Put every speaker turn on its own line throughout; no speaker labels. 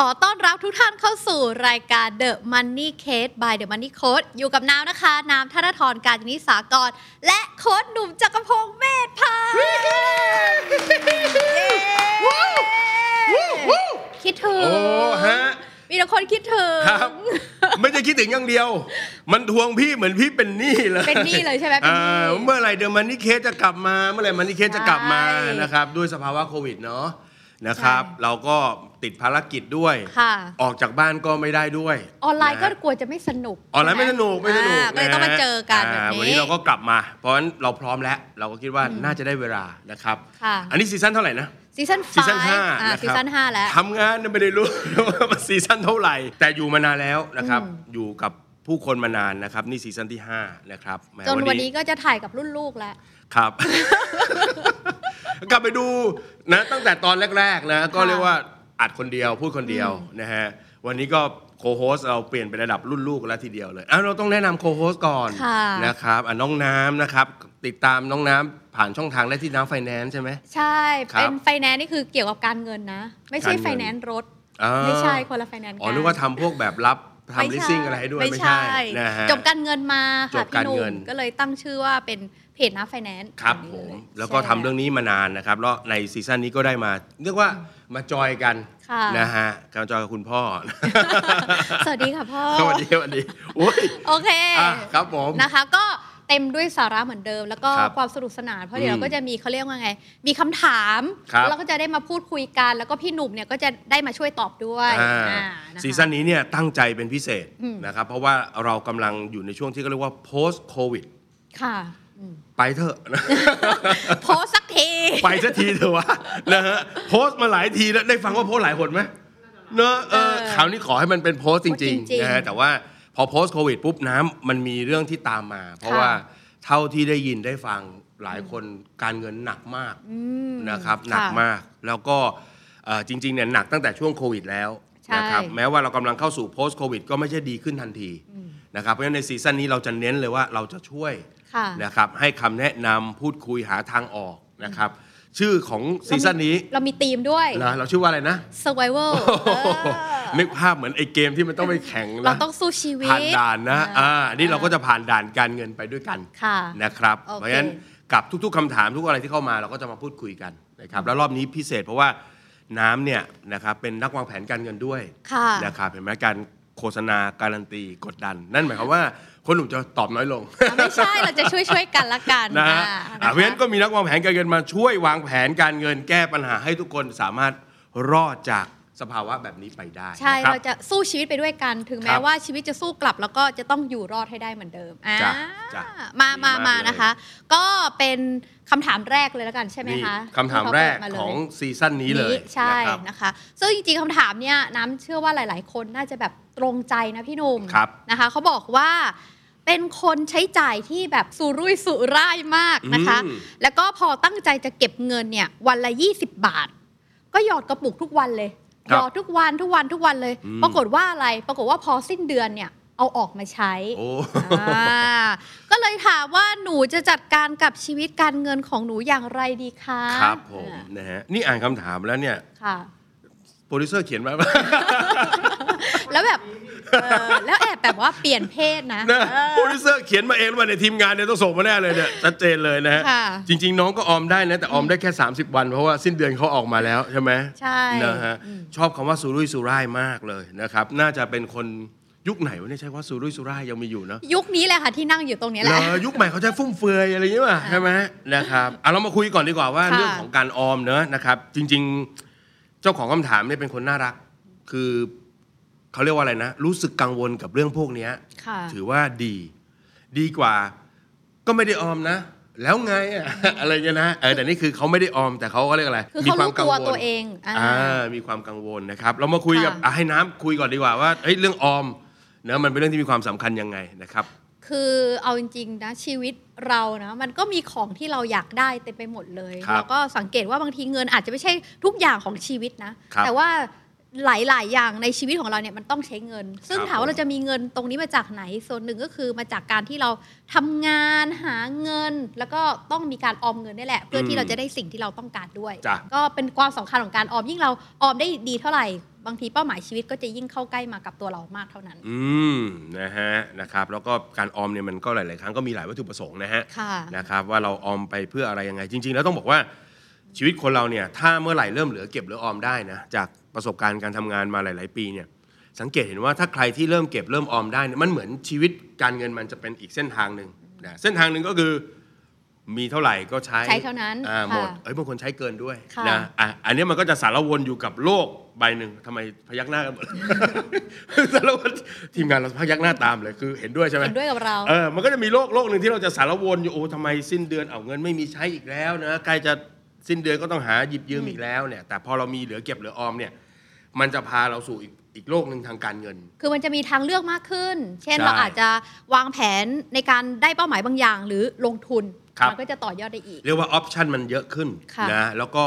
ขอต้อนรับทุกท่านเข้าสู่รายการ The Money Case by The Money Coach อยู่กับน้ำนะคะ น้ำธนทรการนิสากร และโค้ชหนุ่มจักรพงษ์เมธพันธ์คิดถึง
โอ้ฮะ
มีแต่คนคิดถึง
ครับ ไม่ได้คิดถึงอย่างเดียว มันทวงพี่เหมือนพี่เป็นหนี้เลย
เป็นหนี้เลยใช่ไหมเป็นหนี้
อ่าเมื่อไหร่เดอะมันนี่เคสจะกลับมา เมื่อไหร่มันนี่เคสจะกลับมา
ใช่
นะครับ ด้วยสภาวะโควิดเนาะนะครับ
ใช่
เราก็ติดภารกิจด้วย
ค่ะ
ออกจากบ้านก็ไม่ได้ด้วย
ออนไลน์ก็
ะฮะ
กลัวจะไม่สนุก
ออนไลน์ไม่สนุกไม่สนุก
อ่าก็เลยต้องมาเจอกันแบบ
อ่า
นี้
วันนี้เราก็กลับมา เพราะฉะนั้นเราพร้อมแล้ว เราก็คิดว่าน่าจะได้เวลานะครับ
ค่ะ
อันนี้ซีซั่นเท่าไหร่นะ
ซีซั่น
ซีซั่นห้า
5อ่า
นะ
ซี
ครับ
ซั่นห้าแล้ว
ทำงานไม่ได้รู้ ว่ามันซีซั่นเท่าไหร่ แต่อยู่มานานแล้วนะครับ
อืม
อยู่กับผู้คนมานานนะครับ นี่ซีซั่นที่ 5 นะครับแหม
จนวันนี้ก็จะถ่ายกับรุ่นลูกแล้ว
ครับ กลับไปดูนะตั้งแต่ตอนแรกๆนะก็เรียกว่าอัดคนเดียวพูดคนเดียวนะฮะวันนี้ก็โคโฮสเราเปลี่ยนเป็นระดับรุ่นลูกแล้วทีเดียวเลยอ่ะเราต้องแนะนำโคโฮสก่อน
ค่ะ
นะครับอ่ะน้องน้ำนะครับ ติดตามน้องน้ำผ่านช่องทางได้ที่น้ำไฟแนนซ์ใช่ไหม
ใช่
ครับ
เป็นไฟแนนซ์นี่คือเกี่ยวกับการเงินนะ ไม่ใช่
การเงิน
ไฟแนนซ์รถ
อ่า
ไม่ใช่คนละไฟแนนซ์
อ๋อนึกว่าทำพวกแบบรับทำลิสซิ่งอะไรให้ด้วยไม่ใช่นะฮะ
จบการเงินมา
จ
ค่ะ
บกา
พี่
ร
หนุ่
เงิ
ม
น
ก็เลยตั้งชื่อว่าเป็นเพจนะไฟแนนซ์
ครับ
แนี้
ผ
เย
ม แล้วก็
ใช่
ทำเรื่องนี้มานานนะครับแล้วในซีซั่นนี้ก็ได้มาเรียกว่ามาจอยกัน
ค่ะ
นะฮะการจอยกับคุณพ่อ
สวัสดีค่ะพ่อ
สวัสดีสวัสดีโอ้ย
โอเค
อ่ะครับผม
นะคะ ก็เต็มด้วยสาระเหมือนเดิม แล้วก็
ครับ
ความสนุกสนานเพราะเดี๋ยว
อืม
เราก็จะมีเขาเรียกว่าไง มีคำถาม
ครั
แล้
บ
วเราก็จะได้มาพูดคุยกัน แล้วก็พี่หนุ่มเนี่ยก็จะได้มาช่วยตอบด้วย
อ่า
อ่าะคะ
ซีซั่นนี้เนี่ยตั้งใจเป็นพิเศษ
อืม
นะครับ เพราะว่าเรากำลังอยู่ในช่วงที่เขาเรียกว่า post covid
ค่ะอืม
ไปเถอะ
โพสต์สักที
ไปสักทีเถอะวะนะฮะโพสต์มาหลายทีแล้วได้ฟังว่าโพสต์หลายคนไหมเนอะเออ
เออ
คราวนี้ขอให้มันเป็นโพสต์จ
โพสต์
ริง
จริ
ๆ
งๆ
นะฮะแต่ว่าพอโพสต์โควิดปุ๊บน้ำมันมีเรื่องที่ตามมา เพราะ
ค่ะ
ว่าเท่าที่ได้ยินได้ฟังหลายคนการเงินหนักมาก
อืม
นะครับหนัก
ค่ะ
มากแล้วก็เอ่อจริงๆเนี่ยหนักตั้งแต่ช่วงโควิดแล้ว
ใช่
นะครับแม้ว่าเรากำลังเข้าสู่โพสต์โควิดก็ไม่ใช่ดีขึ้นทันทีนะครับเพราะฉะนั้นในซีซั่นนี้เราจะเน้นเลยว่าเราจะช่วย
ค่ะ
นะครับให้คำแนะนำพูดคุยหาทางออกนะครับ ชื่อของซีซั่นนี้
เรามีทีมด้วย
เหรอเราชื่อว่าอะไรนะ
survival
นึกภาพเหมือนไอ้เกมที่มันต้องไปแข่ง
เออเรา
นะ
ต้องสู้ชีวิต
ผ่านด่านนะ
อ่า
อ่านี่เราก็จะผ่านด่านการเงินไปด้วยกัน
ค่ะ
นะครับ
โอเค
เพราะฉะนั้นกับทุกๆคำถามทุกอะไรที่เข้ามาเราก็จะมาพูดคุยกันนะครับแล้วรอบนี้พิเศษเพราะว่าน้ำเนี่ยนะครับเป็นนักวางแผนการเงินด้วย
ค่ะ
นะครับเห็นไหมการโฆษณาการันตีกดดัน นั่นหมายความว่าคนหนุ่มจะตอบน้อยลง
อ่ะไม่ใช่เราจะช่วยช่วยๆกันละกัน
นะฮะ
อ่า
อ่ะเพราะฉะนั้นก็มีนักวางแผนการเงินมาช่วยวางแผนการเงินแก้ปัญหาให้ทุกคนสามารถรอดจากสภาวะแบบนี้ไปได้
ใช่
นคบ
เราจะสู้ชีวิตไปด้วยกัน ถึง
ค
แม้
รับ
ว่าชีวิตจะสู้กลับ แล้วก็จะต้องอยู่รอดให้ได้เหมือนเดิมอ่า
จ้ะจ้ะ
มา
ดี
มา
าม
มากมา
เลย
นะคะ ก็เป็นคำถามแรกเลยแล้วกันใช่ไหม
นี่
คะ
คำถาม
ที่เข
แร
เปิ
ก
ดมา
ของ
เลย
ซีซั่นนี้เลย
ใช่
นะครับ
นะคะ ซึ่งจริงๆคำถามเนี่ยน้ำเชื่อว่าหลาย ๆ คนน่าจะแบบตรงใจนะพี่หนุ่ม
ครับ
นะคะเขาบอกว่าเป็นคนใช้จ่ายที่แบบสุรุ่ยสุร่ายมากนะคะ
อืม
แล้วก็พอตั้งใจจะเก็บเงินเนี่ยวันละ 20 บาท ก็หยอดกระปุกทุกวันเลย
ค
ห
รับ
ยอดทุกวันทุกวันทุกวันเลย
อืม
ปรากฏว่าอะไรปรากฏว่าพอสิ้นเดือนเนี่ยเอาออกมาใช้
โอ้
อ่าก็เลยถามว่าหนูจะจัดการกับชีวิตการเงินของหนูอย่างไรดีคะ
ครับผม
อ่า
นะฮะนี่อ่านคำถามแล้วเนี่ย
ค่ะ
โปรดิวเซอร์เขียนมา
แล้วแบบเออแล้วแอบแบบว่าเปลี่ยนเพศนะ
นะ
เออ
โปรดิวเซอร์เขียนมาเองหรือว่าในทีมงานเนี่ยต้องส่งมาแน่เลย เนี่ยชัดเจนเลยนะฮะ
ค่ะ
จริง ๆ น้องก็ออมได้นะแต่ออมได้แค่ 30 วัน เพราะว่าสิ้นเดือนเขาออกมาแล้วใช่ไหม
ใช่
นะฮะ
อืม
ชอบคำว่าสุรุ่ยสุร่ายมากเลยนะครับน่าจะเป็นคนยุคไหนวะเนี่ยใช้คำว่าสุรุ่ยสุร่ายยังมีอยู่เนอะ
ยุคนี้แหละค่ะที่นั่งอยู่ตรงนี้แห
เหร
ละ
อยุคใหม่เขาใช้ฟุ่มเฟือยอะไรอย่างเงี้ยป่ะใช่ไหมนะครับเอาเรามาคุยก่อนดีกว่าว่า
ค่ะ
เรื่องของการออมเนอะนะครับจริง ๆเจ้าของคำถามเนี่ยเป็นคนน่ารัก คือเขาเรียกว่าอะไรนะ รู้สึกกังวลกับเรื่องพวกเนี้ย
ค่ะ
ถือว่าดีดีกว่าก็ไม่ได้ออมนะ แล้วไงอะ อะไรเงี้ยนะเออแต่นี่คือเขาไม่ได้ออมแต่เขาก็เรียกอะไร
คือ
มี
เขา
ควา
รู้
มกั
ตัว
วล
ตัวเองอ่า
อ่ามีความกังวลนะครับ เรามาคุยกับ
ค่ะ
อ่ะให้น้ำคุยก่อนดีกว่าว่าเอ้ยเรื่องออมเนอะมันเป็นเรื่องที่มีความสำคัญยังไงนะครับ
คือเอาจริงๆนะชีวิตเรานะมันก็มีของที่เราอยากได้เต็มไปหมดเลย
ครับ
แล้วก็สังเกตว่าบางทีเงินอาจจะไม่ใช่ทุกอย่างของชีวิตนะ
ครับ
แต่ว่าหลาย ๆ อย่างในชีวิตของเราเนี่ยมันต้องใช้เงิน ซึ่ง
ครับ
ถามว่า
ผม
เราจะมีเงินตรงนี้มาจากไหน ส่วนหนึ่งก็คือมาจากการที่เราทำงานหาเงิน แล้วก็ต้องมีการออมเงินนี่แหละ เพื่อที่เราจะได้สิ่งที่เราต้องการด้วย
จ้ะ
ก็เป็นความสำคัญของการออมยิ่งเราออมได้ดีเท่าไหร่ บางทีเป้าหมายชีวิตก็จะยิ่งเข้าใกล้มากับตัวเรามากเท่านั้น
อืมนะฮะนะครับ แล้วก็การออมเนี่ยมันก็หลาย ๆ ครั้งก็มีหลายวัตถุประสงค์นะฮะ
ค่ะ
นะครับว่าเราออมไปเพื่ออะไรยังไง จริง ๆ แล้วต้องบอกว่าชีวิตคนเราเนี่ยถ้าเมื่อไหร่เริ่มเหลือเก็บเหลือออมได้นะจากประสบการณ์การทำงานมาหลาย ๆ ปีเนี่ยสังเกตเห็นว่าถ้าใครที่เริ่มเก็บเริ่มออมได้เนี่ยมันเหมือนชีวิตการเงินมันจะเป็นอีกเส้นทางหนึ่งนะเส้นทางหนึ่งก็คือมีเท่าไหร่ก็ใช้
ใช้เท่านั้น
อ่า
ค่ะ
หมดเอ้ยบางคนใช้เกินด้วย
ค่ะ
นะอ่ะอันเนี้ยมันก็จะสารวนอยู่กับโลกใบหนึ่งทำไมพยักหน้ากันหมด สารวนทีมงานเราพยักหน้าตามเลยคือเห็นด้วยใช่ไหม
เห็นด้วยกับเรา
เออ มันก็จะมีโรคโรคหนึ่งที่เราจะสารวนอยู่โอ้ทำไมสิ้นเดือนเอาเงินไม่มีใช้อีกแล้วนะใกล้จะสิ้นเดือนก็ต้องหาหยิบยืมอีกแล้วเนี่ย แต่พอเรามีเหลือเก็บเหลือออมเนี่ย มันจะพาเราสู่อีกอีกโลกหนึ่งทางการเงิน
คือมันจะมีทางเลือกมากขึ้น เช่น
ใช่
เราอาจจะวางแผนในการได้เป้าหมายบางอย่าง หรือลงทุน
ครับ
มัก็จะต่อยอดได้อีก
เรียกว่าออปชันมันเยอะขึ้น
ค่ะ
นะแล้วก็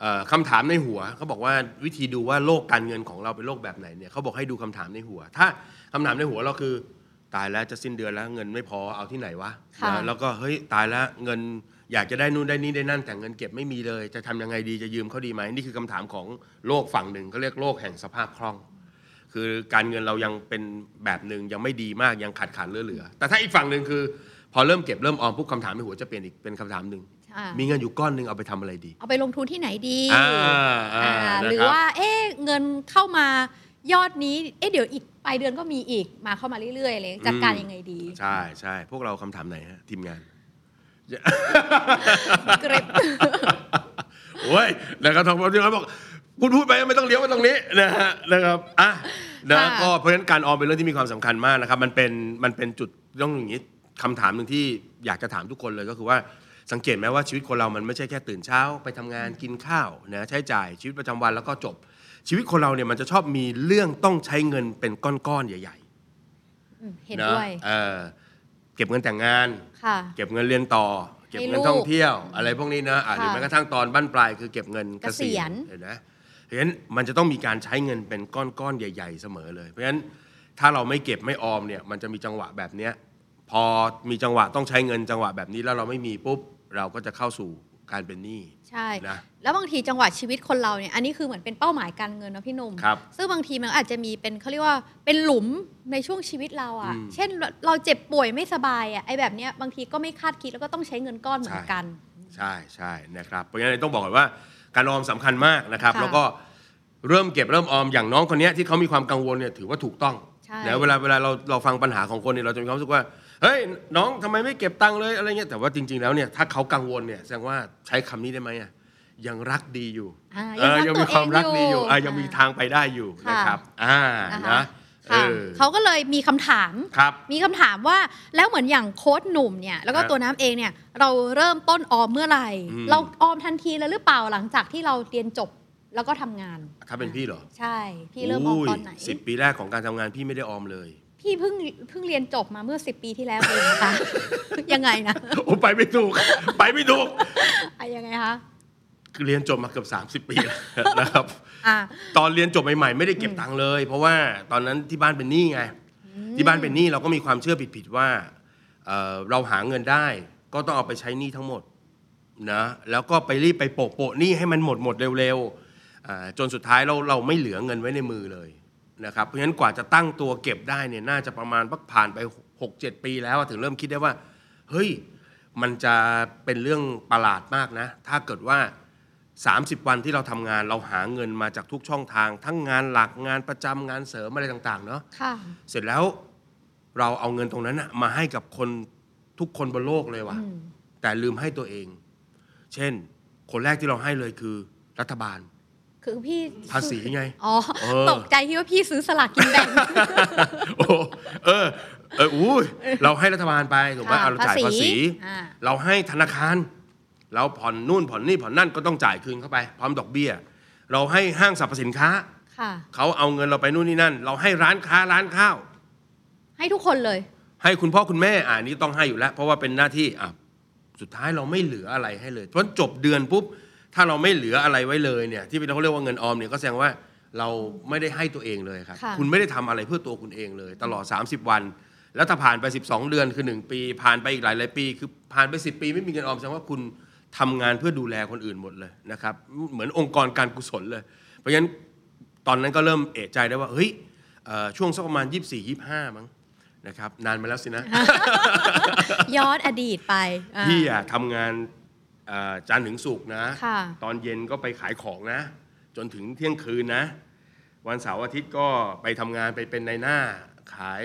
เอ่อคำถามในหัวเขาบอกว่าวิธีดูว่าโลกการเงินของเราเป็นโลกแบบไหนเนี่ยเขาบอกให้ดูคำถามในหัว ถ้าคำถามในหัวเราคือ ตายแล้วจะสิ้นเดือนแล้วเงินไม่พอเอาที่ไหนวะ
ค่ะ
นะแล้วก็เฮ้ยตายแล้วเงินอยากจะได้นู่นได้นี่ได้นั่นแต่เงินเก็บไม่มีเลย จะทำยังไงดีจะยืมเขาดีไหมนี่คือคำถามของโลกฝั่งหนึ่งเขาเรียกโลกแห่งสภาพคล่อง คือการเงินเรายังเป็นแบบหนึ่งยังไม่ดีมากยังขาดขาดเหลือๆแต่ถ้าอีกฝั่งหนึ่งคือ พอเริ่มเก็บเริ่มออมปุ๊บคำถามในหัวจะเปลี่ยนอีกเป็นคำถามหนึ่ง
อ่ะ
มีเงินอยู่ก้อนหนึ่งเอาไปทำอะไรดี
เอาไปลงทุนที่ไหนดี
อ่าอ่า
อ่าหรือ
นะครับ
ว่าเอ๊ะเงินเข้ามายอดนี้ เอ๊ะเดี๋ยวอีกปลายเดือนก็มีอีกมาเข้ามาเรื่อยๆเลยจัดการ
อืม
ยังไงดี
ใช่ใช่พวกเราคำถามไหนฮะ ทีมงาน
เกร็บ
โอ้ยนะครับทองคำที่เขาบอกคุณพูดไปไม่ต้องเลี้ยวมาตรงนี้นะฮะนะครับอ่ะนะ
ค่ะ
ก็เพราะฉะนั้นการออมเป็นเรื่องที่มีความสำคัญมากนะครับ มันเป็นมันเป็นจุดต้องอย่างนี้คำถามหนึ่งที่อยากจะถามทุกคนเลยก็คือว่าสังเกตไหมว่าชีวิตคนเรามันไม่ใช่แค่ตื่นเช้าไปทำงานกินข้าวนะใช้จ่ายชีวิตประจำวันแล้วก็จบ ชีวิตคนเราเนี่ยมันจะชอบมีเรื่องต้องใช้เงินเป็นก้อนๆใหญ่
อืม
ๆ
เห็นด้วย
ะเออเก็บเงินแต่งงาน
ค่ะ
เก็บเงินเรียนต่อ เก็บเงินท่องเที่ยว อะไรพวกนี้นะอ่ะห
ค่ะ
รือแม้กระทั่งตอนบั้นปลายคือเก็บเงินเกษียณ
เกษียณ
เห็นไหมเพราะฉะนั้นมันจะต้องมีการใช้เงินเป็นก้อนๆใหญ่ ๆ เสมอเลย เพราะฉะนั้นถ้าเราไม่เก็บไม่ออมเนี่ยมันจะมีจังหวะแบบเนี้ยพอมีจังหวะต้องใช้เงินจังหวะแบบนี้แล้วเราไม่มีปุ๊บเราก็จะเข้าสู่การเป็นหนี้
ใช่
นะ
แล้วบางทีจังหวะชีวิตคนเราเนี่ย อันนี้คือเหมือนเป็นเป้าหมายการเงินเนาะพี่หนุ่ม
ครับ
ซึ่งบางทีมันอาจจะมีเป็นเขาเรียกว่าเป็นหลุมในช่วงชีวิตเราอะ่ะ
อืม
เช่นเราเจ็บป่วยไม่สบายอะ่ะไอ้แบบเนี้ยบางทีก็ไม่คาดคิดแล้วก็ต้องใช้เงินก้อนเหมือน
ใช่
กัน
ใช่ใช่นะครับเพราะฉะนั้นต้องบอกก่อนว่าการออมสำคัญมากนะครับ
ค่ะ
แล้วก็เริ่มเก็บเริ่มออมอย่างน้องคนเนี้ยที่เขามีความกังวลเนี่ยถือว่าถูกต้อง
ใช่
นะเวลาเวลาเราเราฟังปัญหาของคนเนี่ยเราจะมีความรู้สึกว่าเฮ้ยน้องทำไมไม่เก็บตังค์เลยอะไรเงี้ยแต่ว่าจริง ๆแล้วเนี่ยถ้าเขากังวลเนี่ยแสดงว่าใช้คำนี้ได้ไหมอ่ะยังรักดีอยู่
อ่า
เออยั
ยัง ง
มี
รัก
ความ
ตัวเอง
รักดีอยู่อ่ะ
อ่ะ
ยังมีทางไปได้อยู่
ค่ะ
นะครับอ่า
นะคะ
นะเอ
ค่ะ
อ
เขาก็เลยมีคำถาม
ครับ
มีคำถามว่าแล้วเหมือนอย่างโค้ดหนุ่มเนี่ยแล้วก็
ฮะ
ตัวน้ำเองเนี่ยเราเริ่มต้นออมเมื่อไหร่
อืม
เราออมทันทีเลยหรือเปล่าหลังจากที่เราเรียนจบแล้วก็ทำงาน
ถ้าเป็นพี่เหรอ
ใช่ พี่เริ่มออมตอนไหน
สิบปีแรกของการทำงานพี่ไม่ได้ออมเลย
พี่เพิ่งเพิ่งเรียนจบมาเมื่อ 10 ปีที่แล้วเองนะคะ ยังไงนะ
โอ้ไปไม่ถูก ไปไม่ถูก
อะยังไงคะ
เรียนจบมาเกือบ30 ปีแล้วนะครับ
อ่ะ
ตอนเรียนจบใหม่ๆไม่ได้เก็บตังค์เลย เพราะว่าตอนนั้นที่บ้านเป็นหนี้ไงที่บ้านเป็นหนี้เราก็มีความเชื่อผิดๆว่าเอ่อเราหาเงินได้ ก็ต้องเอาไปใช้หนี้ทั้งหมดนะแล้วก็ไปรีบไปโปะโปะหนี้ให้มันหมดหมดเร็วๆอ่าจนสุดท้ายเราเราไม่เหลือเงินไว้ในมือเลยนะครับเพราะฉะนั้นกว่าจะตั้งตัวเก็บได้เนี่ยน่าจะประมาณพักผ่านไป6 7 ปีแล้วอะถึงเริ่มคิดได้ว่า เฮ้ยมันจะเป็นเรื่องประหลาดมากนะ ถ้าเกิดว่า 30 วันที่เราทำงานเราหาเงินมาจากทุกช่องทาง ทั้งงานหลักงานประจำงานเสริมอะไรต่างๆเนาะ
ค่ะ
เสร็จแล้วเราเอาเงินตรงนั้นนะมาให้กับคนทุกคนบนโลกเลยว่ะ
อืม
แต่ลืมให้ตัวเอง เช่น คนแรกที่เราให้เลยคือรัฐ บาล
คือพี่
ภาษีไง
อ๋อ
เออ
ตกใจที่ว่าพี่ซื้อสลากกินแบ่ง
โอ้เออเอออุ้ยเราให้รัฐบาลไปถูกไหม
ค่ะ
เอาเราจ่ายภา
ภาษี
ษี
อ่า
เราให้ธนาคาร เราผ่อนนู่นผ่อนนี่ผ่อนนั่นก็ต้องจ่ายคืนเข้าไป พร้อมดอกเบี้ย เราให้ห้างสรรพสินค้า
ค่ะ
เขาเอาเงินเราไปนู่นนี่นั่น เราให้ร้านค้าร้านข้าว
ให้ทุกคนเลย
ให้คุณพ่อคุณแม่อ่านี้ต้องให้อยู่แล้ว เพราะว่าเป็นหน้าที่อ่ะสุดท้ายเราไม่เหลืออะไรให้เลย เพราะจบเดือนปุ๊บถ้าเราไม่เหลืออะไรไว้เลยเนี่ย ที่เราเรียกว่าเงินออมเนี่ยก็แสดงว่าเราไม่ได้ให้ตัวเองเลยครับ
ค่ะ
ณไม่ได้ทำอะไรเพื่อตัวคุณเองเลย ตลอด 30 วัน แล้วถ้าผ่านไป 12 เดือนคือ 1 ปี ผ่านไปอีกหลายหลายๆปี คือผ่านไป 10 ปีไม่มีเงินออมแสดงว่าคุณทำงานเพื่อดูแลคนอื่นหมดเลยนะครับเหมือนองค์กรการกุศลเลย เพราะฉะนั้น ตอนนั้นก็เริ่มเอะใจได้ว่าเฮ้ยเอ่อช่วงสักประมาณ 24 25 มั้งนะครับนานมาแล้วสิ นะ
ย้อนอดีตไปอ่า
พี่อะทำงานเอ่อจันทร์ถึงสุกร์นะ
ค่ะ
ตอนเย็นก็ไปขายของนะ จนถึงเที่ยงคืนนะ วันเสาร์อาทิตย์ก็ไปทำงานไปเป็นนายหน้า ขาย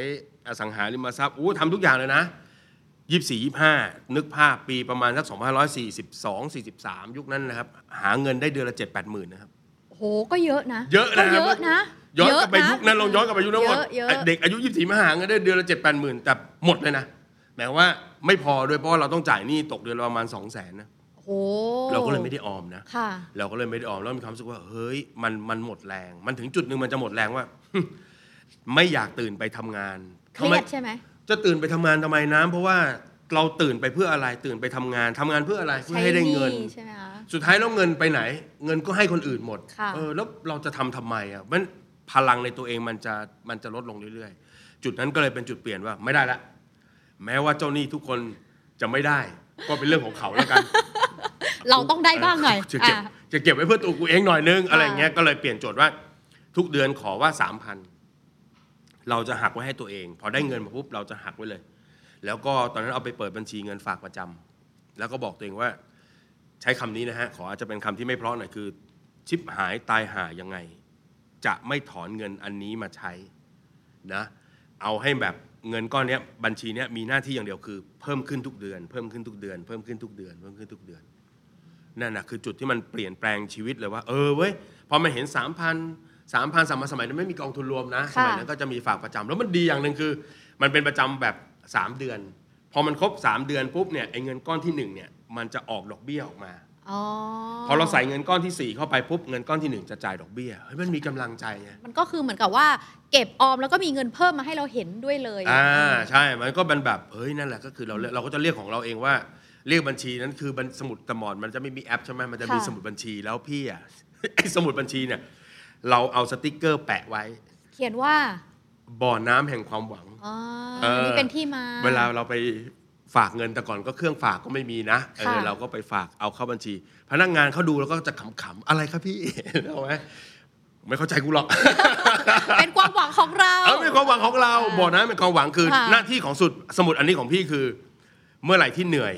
อสังหาริมทรัพย์อู้ทำทุกอย่างเลยนะ 24 25 นึกภาพปีประมาณสัก2542 43 ยุคนั้นนะครับ หาเงินได้เดือนละ 7 8หมื่นนะครับ
โหก็เยอะนะ
เยอะนะ
ก็เยอะนะ
ย้อนกลับไป
เะะ
ยุคนั้นลองย้อนกลับไปยุคนั้นหมด
เยอะ
ไอ้
ๆ
เด็กอายุ 24มาหาเงินได้เดือนละเจ็ดแปดหมื่นแต่หมดเลยนะหมายความว่าไม่พอด้วยเพราะว่าเราต้องจ่ายหนี้ตกเดือนละประมาณสองแสนนะ
โอ้
เราก็เลยไม่ได้ออมนะ
ค่ะ
เราก็เลยไม่ได้ออมแล้วมีความรู้สึกว่าเฮ้ยมันมันหมดแรง มันถึงจุดหนึ่งมันจะหมดแรงว่า ไม่อยากตื่นไปทำงาน
เค
ทำ
รี
ไม
ยดใช่ไหม
จะตื่นไปทำงานทำไมน้ำเพราะว่าเราตื่นไปเพื่ออะไรตื่นไปทำงานทำงานเพื่ออะไรเพื่อให้ได้เงิน
ใช้หใช่ไหมคะ
สุดท้ายแล้วเงินไปไหน เงินก็ให้คนอื่นหมด
ค่ะ
เออแล้วเราจะทำทำไมอ่ะมันพลังในตัวเองมันจะมันจะลดลงเรื่อยๆ จุดนั้นก็เลยเป็นจุดเปลี่ยนว่าไม่ได้ละ แม้ว่าเจ้าหนี้ทุกคนจะไม่ได้ ก็เป็นเรื่องของเขาแล้วกัน
เราต้องได้บ้างหน่อย
จะเก็บ
อ่ะ
จะเก็บไว้เพื่อตัวกูเองหน่อยนึงอะไรอย่างเงี้ย
อ่า
ก็เลยเปลี่ยนโจทย์ว่า ทุกเดือนขอว่าสามพันเราจะหักไว้ให้ตัวเอง พอได้เงินมาปุ๊บเราจะหักไว้เลย แล้วก็ตอนนั้นเอาไปเปิดบัญชีเงินฝากประจำแล้วก็บอกตัวเองว่า ใช้คำนี้นะฮะขออาจจะเป็นคำที่ไม่เพราะหน่อยคือ ชิปหายตายหายังไง จะไม่ถอนเงินอันนี้มาใช้นะ เอาให้แบบเงินก้อนเนี้ยบัญชีเนี้ยมีหน้าที่อย่างเดียวคือเพิ่มขึ้นทุกเดือน เพิ่มขึ้นทุกเดือนเพิ่มขึ้นทุกเดือนเพิ่มขึ้นทุกเดือน นั่นนะคือจุดที่มันเปลี่ยนแปลงชีวิตเลยว่า เออเว้ยพอมันเห็น 3 0 0พันสามพันสามพันสมัยนั้นไม่มีกองทุนรวมนะ ส
ค่ะ
มัยนั้นก็จะมีฝากประจำแล้วมันดีอย่างหนึ่งคือ มันเป็นประจำแบบ 3 เดือน พอมันครบ 3 เดือนปุ๊บเนี่ยไอ้เงินก้อนที่1เนี่ยมันจะออกดอกเบี้ยออกมา
อ๋อ
พอเราใส่เงินก้อนทีสี่ 4 เข้าไปปุ๊บเงินก้อนที่ 1 จะจ่ายดอกเบี้ยเฮ้ยมันมีกำลังใจไง
มันก็คือเหมือนกับว่า เก็บออมแล้วก็มีเงินเพิ่มมาให้เราเห็นด้วยเลย
อ่าใช่ มันก็เป็นแบบเฮ้ยนั่นแหละก็คือเราเรียกเราก็จะเรียกของเราเองว่าเรียกบัญชีนั้นคือบัญสมุดตะหมอนมันจะไม่มีแอปใช่ไหมมันจะมี
ค่ะ
สมุดบัญชีแล้วพี่อ่ะ ไอ้สมุดบัญชีเนี่ยเราเอาสติกเกอร์แปะไว้
เขียนว่า
บ่อน้ำแห่งความหวัง
อ๋อ
เอออั
นนี่เป็นที่มา
เวลาเราไปฝากเงินแต่ก่อนก็เครื่องฝากก็ไม่มีนะเออ
ค่ะ
เราก็ไปฝากเอาเข้าบัญชี พนักงานเขาดูแล้วก็จะขำๆอะไรครับพี่ เอาไหมไม่เข้าใจกูหรอก
เป็นความหวังของเรา
เออเป็นความหวังของเรา
อ่า
บอกนะเป็นความหวังคือ
ค่ะ
หน้าที่ของสุดสมุดอันนี้ของพี่คือ เมื่อไหร่ที่เหนื่อย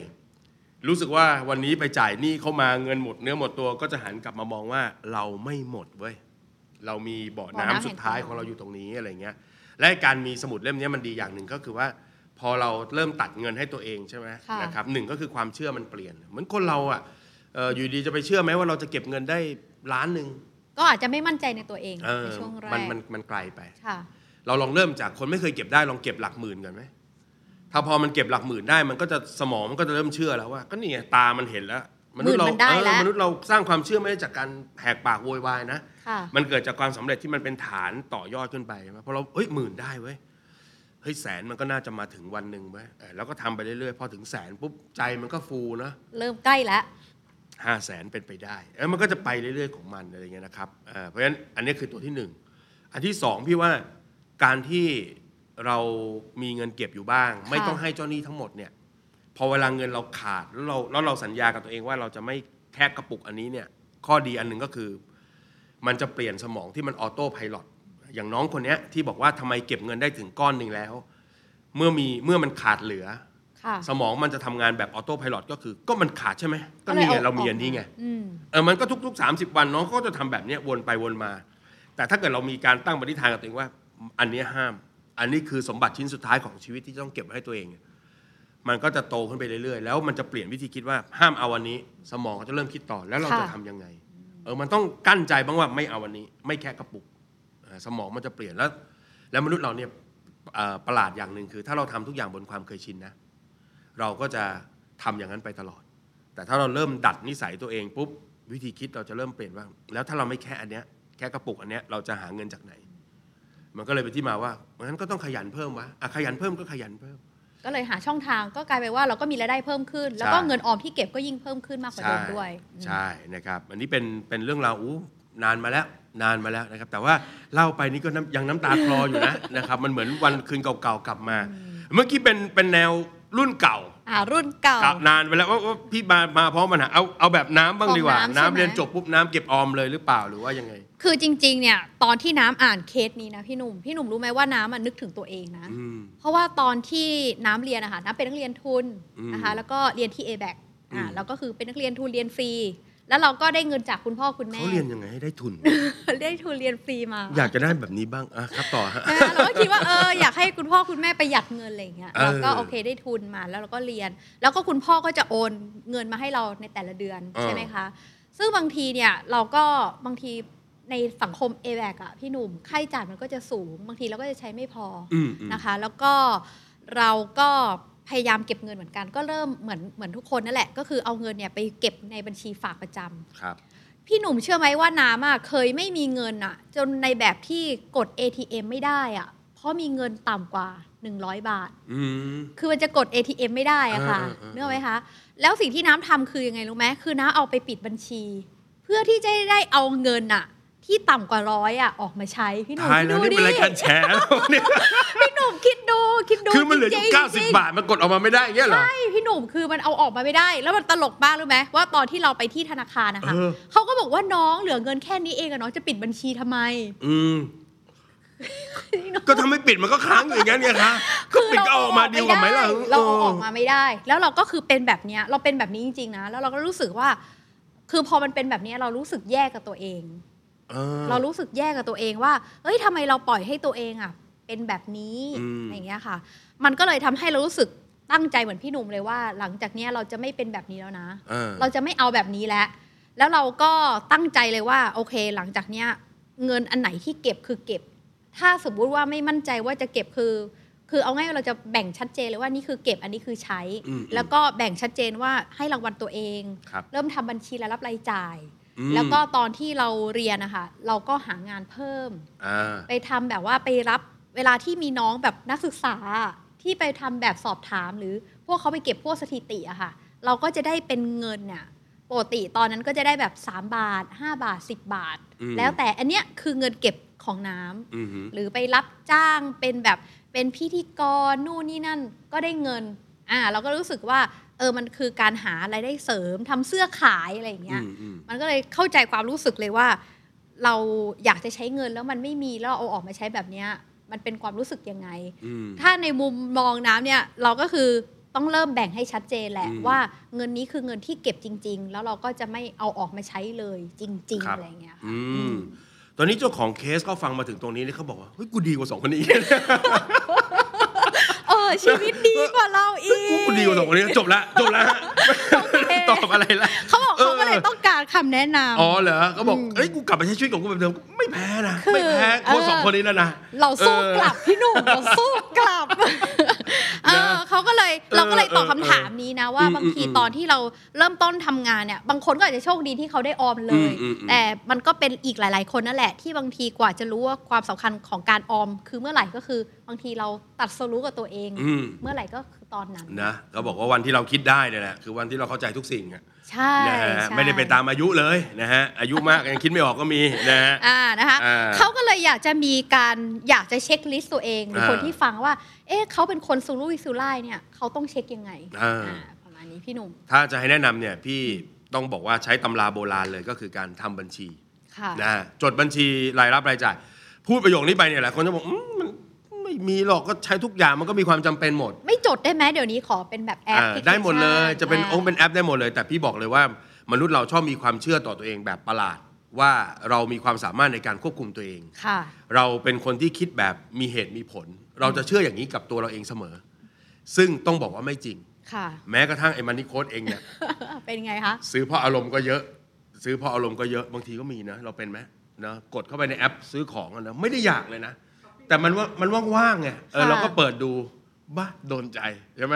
รู้สึกว่าวันนี้ไปจ่ายหนี้เข้ามาเงินหมดเนื้อหมดตัวก็จะหันกลับมามองว่าเราไม่หมดเว้ยเรามีบ่อ
บ่อ
น้ำ
น้ำ
สุดท้าย
แห่ง
ข
ควา
อ
ม
งเราอยู่ตรงนี้อะไรเงี้ย และการมีสมุดเล่มเนี้ยมันดีอย่างหนึ่งก็คือว่า พอเราเริ่มตัดเงินให้ตัวเองใช่ไหม
ค่ะ
นะครับหนึ่งก็คือความเชื่อมันเปลี่ยน เหมือนคนเราอ่ะเอ่ออยู่ดีจะไปเชื่อไหมว่าเราจะเก็บเงินได้ล้านหนึ่ง
ก็อาจจะไม่มั่นใจในตัวเอง
เออ
ในช่วงแรก
มันมันมันไกลไป
ค่ะ
เราลองเริ่มจากคนไม่เคยเก็บได้ลองเก็บหลักหมื่นก่อนไหมถ้าพอมันเก็บหลักหมื่นได้มันก็จะสมองมันก็จะเริ่มเชื่อแล้วว่า ก็นี่ไงตามันเห็นแล้วษย์เรา
หมื่นมันได้แล้ว
เออมนุษย์เราสร้างความเชื่อไม่ได้จากการแหกปากโวยวายนะ
ค่ะ
มันเกิดจากความสำเร็จที่มันเป็นฐานต่อยอดขึ้นไปใช่ไหมเพราะเราเอ้ยหมื่นได้เว้ยเฮ้ยแสนมันก็น่าจะมาถึงวันหนึ่งเว้ยเออแล้วก็ทำไปเรื่อยๆพอถึงแสนปุ๊บใจมันก็ฟูนะ
เริ่มใกล้แล้ว
ห้าแสนเป็นไปได้เอ้ยมันก็จะไปเรื่อยๆของมันอะไรเงี้ยนะครับเอ่อเพราะฉะนั้นอันนี้คือตัวที่หนึ่งอันที่สองพี่ว่าการที่เรามีเงินเก็บอยู่บ้าง ไม่ต้องให้เจ้าหนี้ทั้งหมดเนี่ยพอเวลาเงินเราขาดแล้วเราแล้วเราสัญญากับตัวเองว่าเราจะไม่แค่กระปุกอันนี้เนี่ยข้อดีอันหนึ่งก็คือ มันจะเปลี่ยนสมองที่มันออโต้ไพายโลอตอย่างน้องคนเนี้ยที่บอกว่าทำไมเก็บเงินได้ถึงก้อนหนึ่งแล้ว เมื่อมีเมื่อมันขาดเหลือ
ค่ะ
สมองมันจะทำงานแบบออโต้ไพายโลอตก็คือ ก็มันขาดใช่ไหมก็
ลย
นี่ไง
อ
เรามีอันนี้ไง
อืม
เออมันก็ทุกๆ 30 วันน้องเขาก็จะทำแบบเนี้ยวนไปวนมา แต่ถ้าเกิดเรามีการตั้งปณิธานกับตัวเองว่า อันเนี้ยห้าม อันนี้คือสมบัติชิ้นสุดท้ายของชีวิตที่ต้องเก็บไว้ให้ตัวเอง มันก็จะโตขึ้นไปเรื่อยๆ แล้วมันจะเปลี่ยนวิธีคิดว่าห้ามเอาวันนี้ สมองก็จะเริ่มคิดต่อแล้วเราจะ
ค่ะ
ทำยังไง เออมันต้องกั้นใจบ้างว่าไม่เอาวันนี้ ไม่แค่กระปุกเออสมองมันจะเปลี่ยนแล้ว แล้วมนุษย์เราเนี่ยเอ่อประหลาดอย่างหนึ่งคือ ถ้าเราทำทุกอย่างบนความเคยชินนะ เราก็จะทำอย่างนั้นไปตลอด แต่ถ้าเราเริ่มดัดนิสัยตัวเองปุ๊บวิธีคิดเราจะเริ่มเปลี่ยนว่า แล้วถ้าเราไม่แค่อันเนี้ยแค่กระปุกอันเนี้ยเราจะหาเงินจากไหน มันก็เลยเป็นที่มาว่างั้นก็ต้องขยันเพิ่มวะอ่ะขยันเพิ่มก็ขยันเพิ่ม
ก็เลยหาช่องทางก็กลายไปนว่าเราก็มีรายได้เพิ่มขึ้น แล้วก็
ใช่
เงินออมที่เก็บก็ยิ่งเพิ่มขึ้นมากกว่าเดิมด้วยอืม
ใช่นะครับอันนี้เป็นเป็นเรื่องราวอู้นานมาแล้วนานมาแล้วนะครับ แต่ว่าเล่าไปนี่ก็น้ำยังน้ำตาคลออยู่นะ นะครับมันเหมือนวันคืนเก่าๆกลับมา เมื่อกี้เป็นเป็นแนวรุ่นเก่า
อ่ารุ่นเก่า
เก่านานไปแล้วว่าว่าพี่มามาพร้อมปัญหาเอาเอาแบบน้ำบ้างดีกว่า
ของน้ำใช่ไหม
น้ำเรียนจบปุ๊บน้ำเก็บออมเลยหรือเปล่าหรือว่ายังไง
คือจริง ๆ เนี่ยตอนที่น้ำอ่านเคสนี้นะพี่หนุ่ม พี่หนุ่มรู้ไหมว่าน้ำอ่ะนึกถึงตัวเองนะ
อืม
เพราะว่าตอนที่น้ำเรียนนะคะน้ำเป็นนักเรียนทุนนะคะ
อืม
แล้วก็เรียนที่ a b a c อ่า
อืม
แล้วก็คือเป็นนักเรียนทุนเรียนฟรี แล้วเราก็ได้เงินจากคุณพ่อคุณแม่
เขาเรียนยังไงให้ได้ทุน
ได้ทุนเรียนฟรีมา
อยากจะได้แบบนี้บ้างอ่ะครับต่อฮะ
นะเราก็คิดว่าเอออยากให้คุณพ่อคุณแม่ประหยัดเงินอะไรอย่างเงี้ย
เออ
เราก็โอเคได้ทุนมาแล้วเราก็เรียน แล้วก็คุณพ่อก็จะโอนเงินมาให้เราในแต่ละเดือนใช่ไหมคะ ซึ่งบางทีเนี่ยเราก็บางทีในสังคม a b a c อะพี่หนุ่มค่าใช้จ่ายมันก็จะสูง บางทีเราก็จะใช้ไม่พออ
อืมอืม
นะคะแล้วก็เราก็พยายามเก็บเงินเหมือนกัน ก็เริ่มเหมือนเหมือนทุกคนนั่นแหละ ก็คือเอาเงินเนี่ยไปเก็บในบัญชีฝากประจำ
ครับ
พี่หนุ่มเชื่อไหมว่าน้ำอะเคยไม่มีเงินอะจนในแบบที่กด ATM ไม่ได้อะเพราะมีเงินต่ำกว่า 100 บาท
อืม
คือมันจะกด ATM ไม่ได้อะค่ะ
อ่าอ่าอ่า
เนื้ออกไหมคะแล้วสิ่งที่น้ำทำคือยังไงรู้ไหมคือน้าเอาไปปิดบัญชี เพื่อที่จะได้เอาเงินอะที่ต่ำกว่าร้อยอะออกมาใช้พี่หนุ่ม
ท้ายแล้ว
ดู
นี่
ดิ
เป็นรายการแฉแล้วเนี่ย
พี่หนุ่มคิดดูคิ ดดู
คือมันเหลืออยู่
จริงๆจ
90
ริงๆ
บาทมันกดออกมาไม่ได้อย่างเงี้ยเหรอ
ใช่พี่หนุ่มคือมันเอาออกมาไม่ได้ แล้วมันตลกมากรู้ไหมว่าตอนที่เราไปที่ธนาคารนะคะ
เออ
เขาก็บอกว่าน้องเหลือเงินแค่นี้เองอะน้องจะปิดบัญชีทำไม
อืม ก็ทำไม่ปิดมันก็ค้างอยู่อย่างนั้นไงคะก็ปิดก็เอาออกมาดีกว่าไหมล่ะ
เราเอาออกมาไม่ได้ แล้วเราก็คือเป็นแบบเนี้ยเราเป็นแบบนี้จริงๆนะ แล้วเราก็รู้สึกว่า คือพอมันเป็นแบบเนี้ยเรารู้สึกแย่กับตัวเอง
เออ
เรารู้สึกแย่กับตัวเองว่า เอ้ยทำไมเราปล่อยให้ตัวเองอ่ะ เป็นแบบนี้
อืม
อะไรอย่างเงี้ยค่ะ มันก็เลยทำให้เรารู้สึกตั้งใจเหมือนพี่หนุ่มเลยว่า หลังจากเนี้ยเราจะไม่เป็นแบบนี้แล้วนะ
เออ
เราจะไม่เอาแบบนี้แล้ว แล้วเราก็ตั้งใจเลยว่า โอเค หลังจากเนี้ยเงินอันไหนที่เก็บคือเก็บ ถ้าสมมุติว่าไม่มั่นใจว่าจะเก็บคือ คือเอาง่ายๆเราจะแบ่งชัดเจนเลยว่านี่คือเก็บอันนี้คือใช้
อืม
แล้วก็แบ่งชัดเจนว่าให้รางวัลตัวเอง
ครับ
เริ่มทำบัญชีรายรับรายจ่าย
อืม
แล้วก็ตอนที่เราเรียนนะคะเราก็หางานเพิ่ม
อ่า
ไปทำแบบว่าไปรับเวลาที่มีน้องแบบนักศึกษาที่ไปทำแบบสอบถาม หรือพวกเขาไปเก็บพวกสถิติอะค่ะ เราก็จะได้เป็นเงินเนี่ยปกติตอนนั้นก็จะได้แบบ 3 บาท 5 บาท 10 บาท
อืม
แล้วแต่อันเนี้ยคือเงินเก็บของน้ำ
อืมฮึ
หรือไปรับจ้างเป็นแบบเป็นพิธีกรนู่นนี่นั่นก็ได้เงินอ่าเราก็รู้สึกว่าเออมันคือการหาอะไรายได้เสริมทำเสื้อขายอะไรอย่างเงี้
อื
ย
มอืม
มันก็เลยเข้าใจความรู้สึกเลยว่า เราอยากจะใช้เงินแล้วมันไม่มีแล้วเอาออกมาใช้แบบเนี้ยมันเป็นความรู้สึกยังไง
อืม
ถ้าในมุมมองน้ำเนี่ยเราก็คือต้องเริ่มแบ่งให้ชัดเจนแหละ
อืม
ว่าเงินนี้คือเงินที่เก็บจริง ๆ แล้วเราก็จะไม่เอาออกมาใช้เลยจริง
ครั
ๆ
บ
อะไรอย่างเงี้ยค่ะ
อื
อืม
มตอนนี้เจ้าของเคสก็ฟังมาถึงตรงนี้เนี่ยเขาบอกว่าเฮ้ยกูดีกว่าสองคนนี้
เออชีวิตดีกว่าเราอีก
กูดีกว่าสองคนนี้จบละจบละฮะ
เค
ตอบอะไรละ
เขาบอกเขาก็เลย
เออ
ต้องการคำแนะนำ
อ๋อเหรอก็บอกเอ้ยกูกลับไปใช้ชีวิตของกูแบบเดิมไม่แพ้นะ
คือ
ไม่แพ้โค้ช
เออ
สองคนนี้แล้วนะ
เราสู้กลับพี่หนุ่มเราสู้กลับ เออเขาก็เลยเราก็เลยตอบคำถามนี้นะ
เออเออบ
ว่าางที
อืม
ตอนที่เราเริ่มต้นทำงานเนี่ยบางคนก็อาจจะโชคดีที่เขาได้ออมเลย
อืมอืมอืม
แต่มันก็เป็นอีกหลาย ๆ คนนั่นแหละที่บางทีกว่าจะรู้ว่าความสำคัญของการออม คือเมื่อไหร่ก็คือบางทีเราตัดสรู้กับตัวเอง
อืม
เมื่อไหร่ก็คือตอนนั้น
นะก็บอกว่าวันที่เราคิดได้เนี่ยแหละคือวันที่เราเข้าใจทุกสิ่งอะ
ใช่
นะฮะ
ใช่
ไม่ได้ไปตามอายุเลยนะฮะอายุมากยังคิดไม่ออกก็มีนะฮะ
อ่านะคะ
อ่า
เขาก็เลยอยากจะมีการอยากจะเช็คลิสต์ตัวเองหรือ
อ่า
คนที่ฟังว่า เอ๊ะเขาเป็นคนซูรุ่ยซูร่ายเนี่ยเขาต้องเช็คยังไง
อ่า
อ่าประมาณนี้พี่หนุ่ม
ถ้าจะให้แนะนำเนี่ยพี่ต้องบอกว่าใช้ตำราโบราณเลยก็คือการทำบัญชี
ค่ะ
นะฮะจดบัญชีรายรับรายจ่าย พูดประโยคนี้ไปเนี่ยหลายคนจะบอกอืมมันไม่มีหรอกก็ใช้ทุกอย่างมันก็มีความจำเป็นหมด
ไม่จดได้ไหมเดี๋ยวนี้ขอเป็นแบบแอป
อ่า
พลิคชัน
ได้หมดเลยจะเป็น
า
องค์เป็นแอปได้หมดเลย แต่พี่บอกเลยว่ามนุษย์เราชอบมีความเชื่อต่อตัวเองแบบประหลาด ว่าเรามีความสามารถในการควบคุมตัวเอง
ค่ะ
เราเป็นคนที่คิดแบบมีเหตุมีผล เราจะเชื่ออย่างนี้กับตัวเราเองเสมอ ซึ่งต้องบอกว่าไม่จริง
ค่ะ
แม้กระทั่งไอ้มันนี่โค้ดเองเนี่ย
เป็นไงคะ
ซื้อเพราะอารมณ์ก็เยอะ ซื้อเพราะอารมณ์ก็เยอะบางทีก็มีนะเราเป็นไหมนะกดเข้าไปในแอปซื้อของอะนะไม่ได้อยากเลยนะ แต่มันว่ามันว่างๆไงเออ
ค่ะ
เราก็เปิดดูบ้าโดนใจใช่ไหม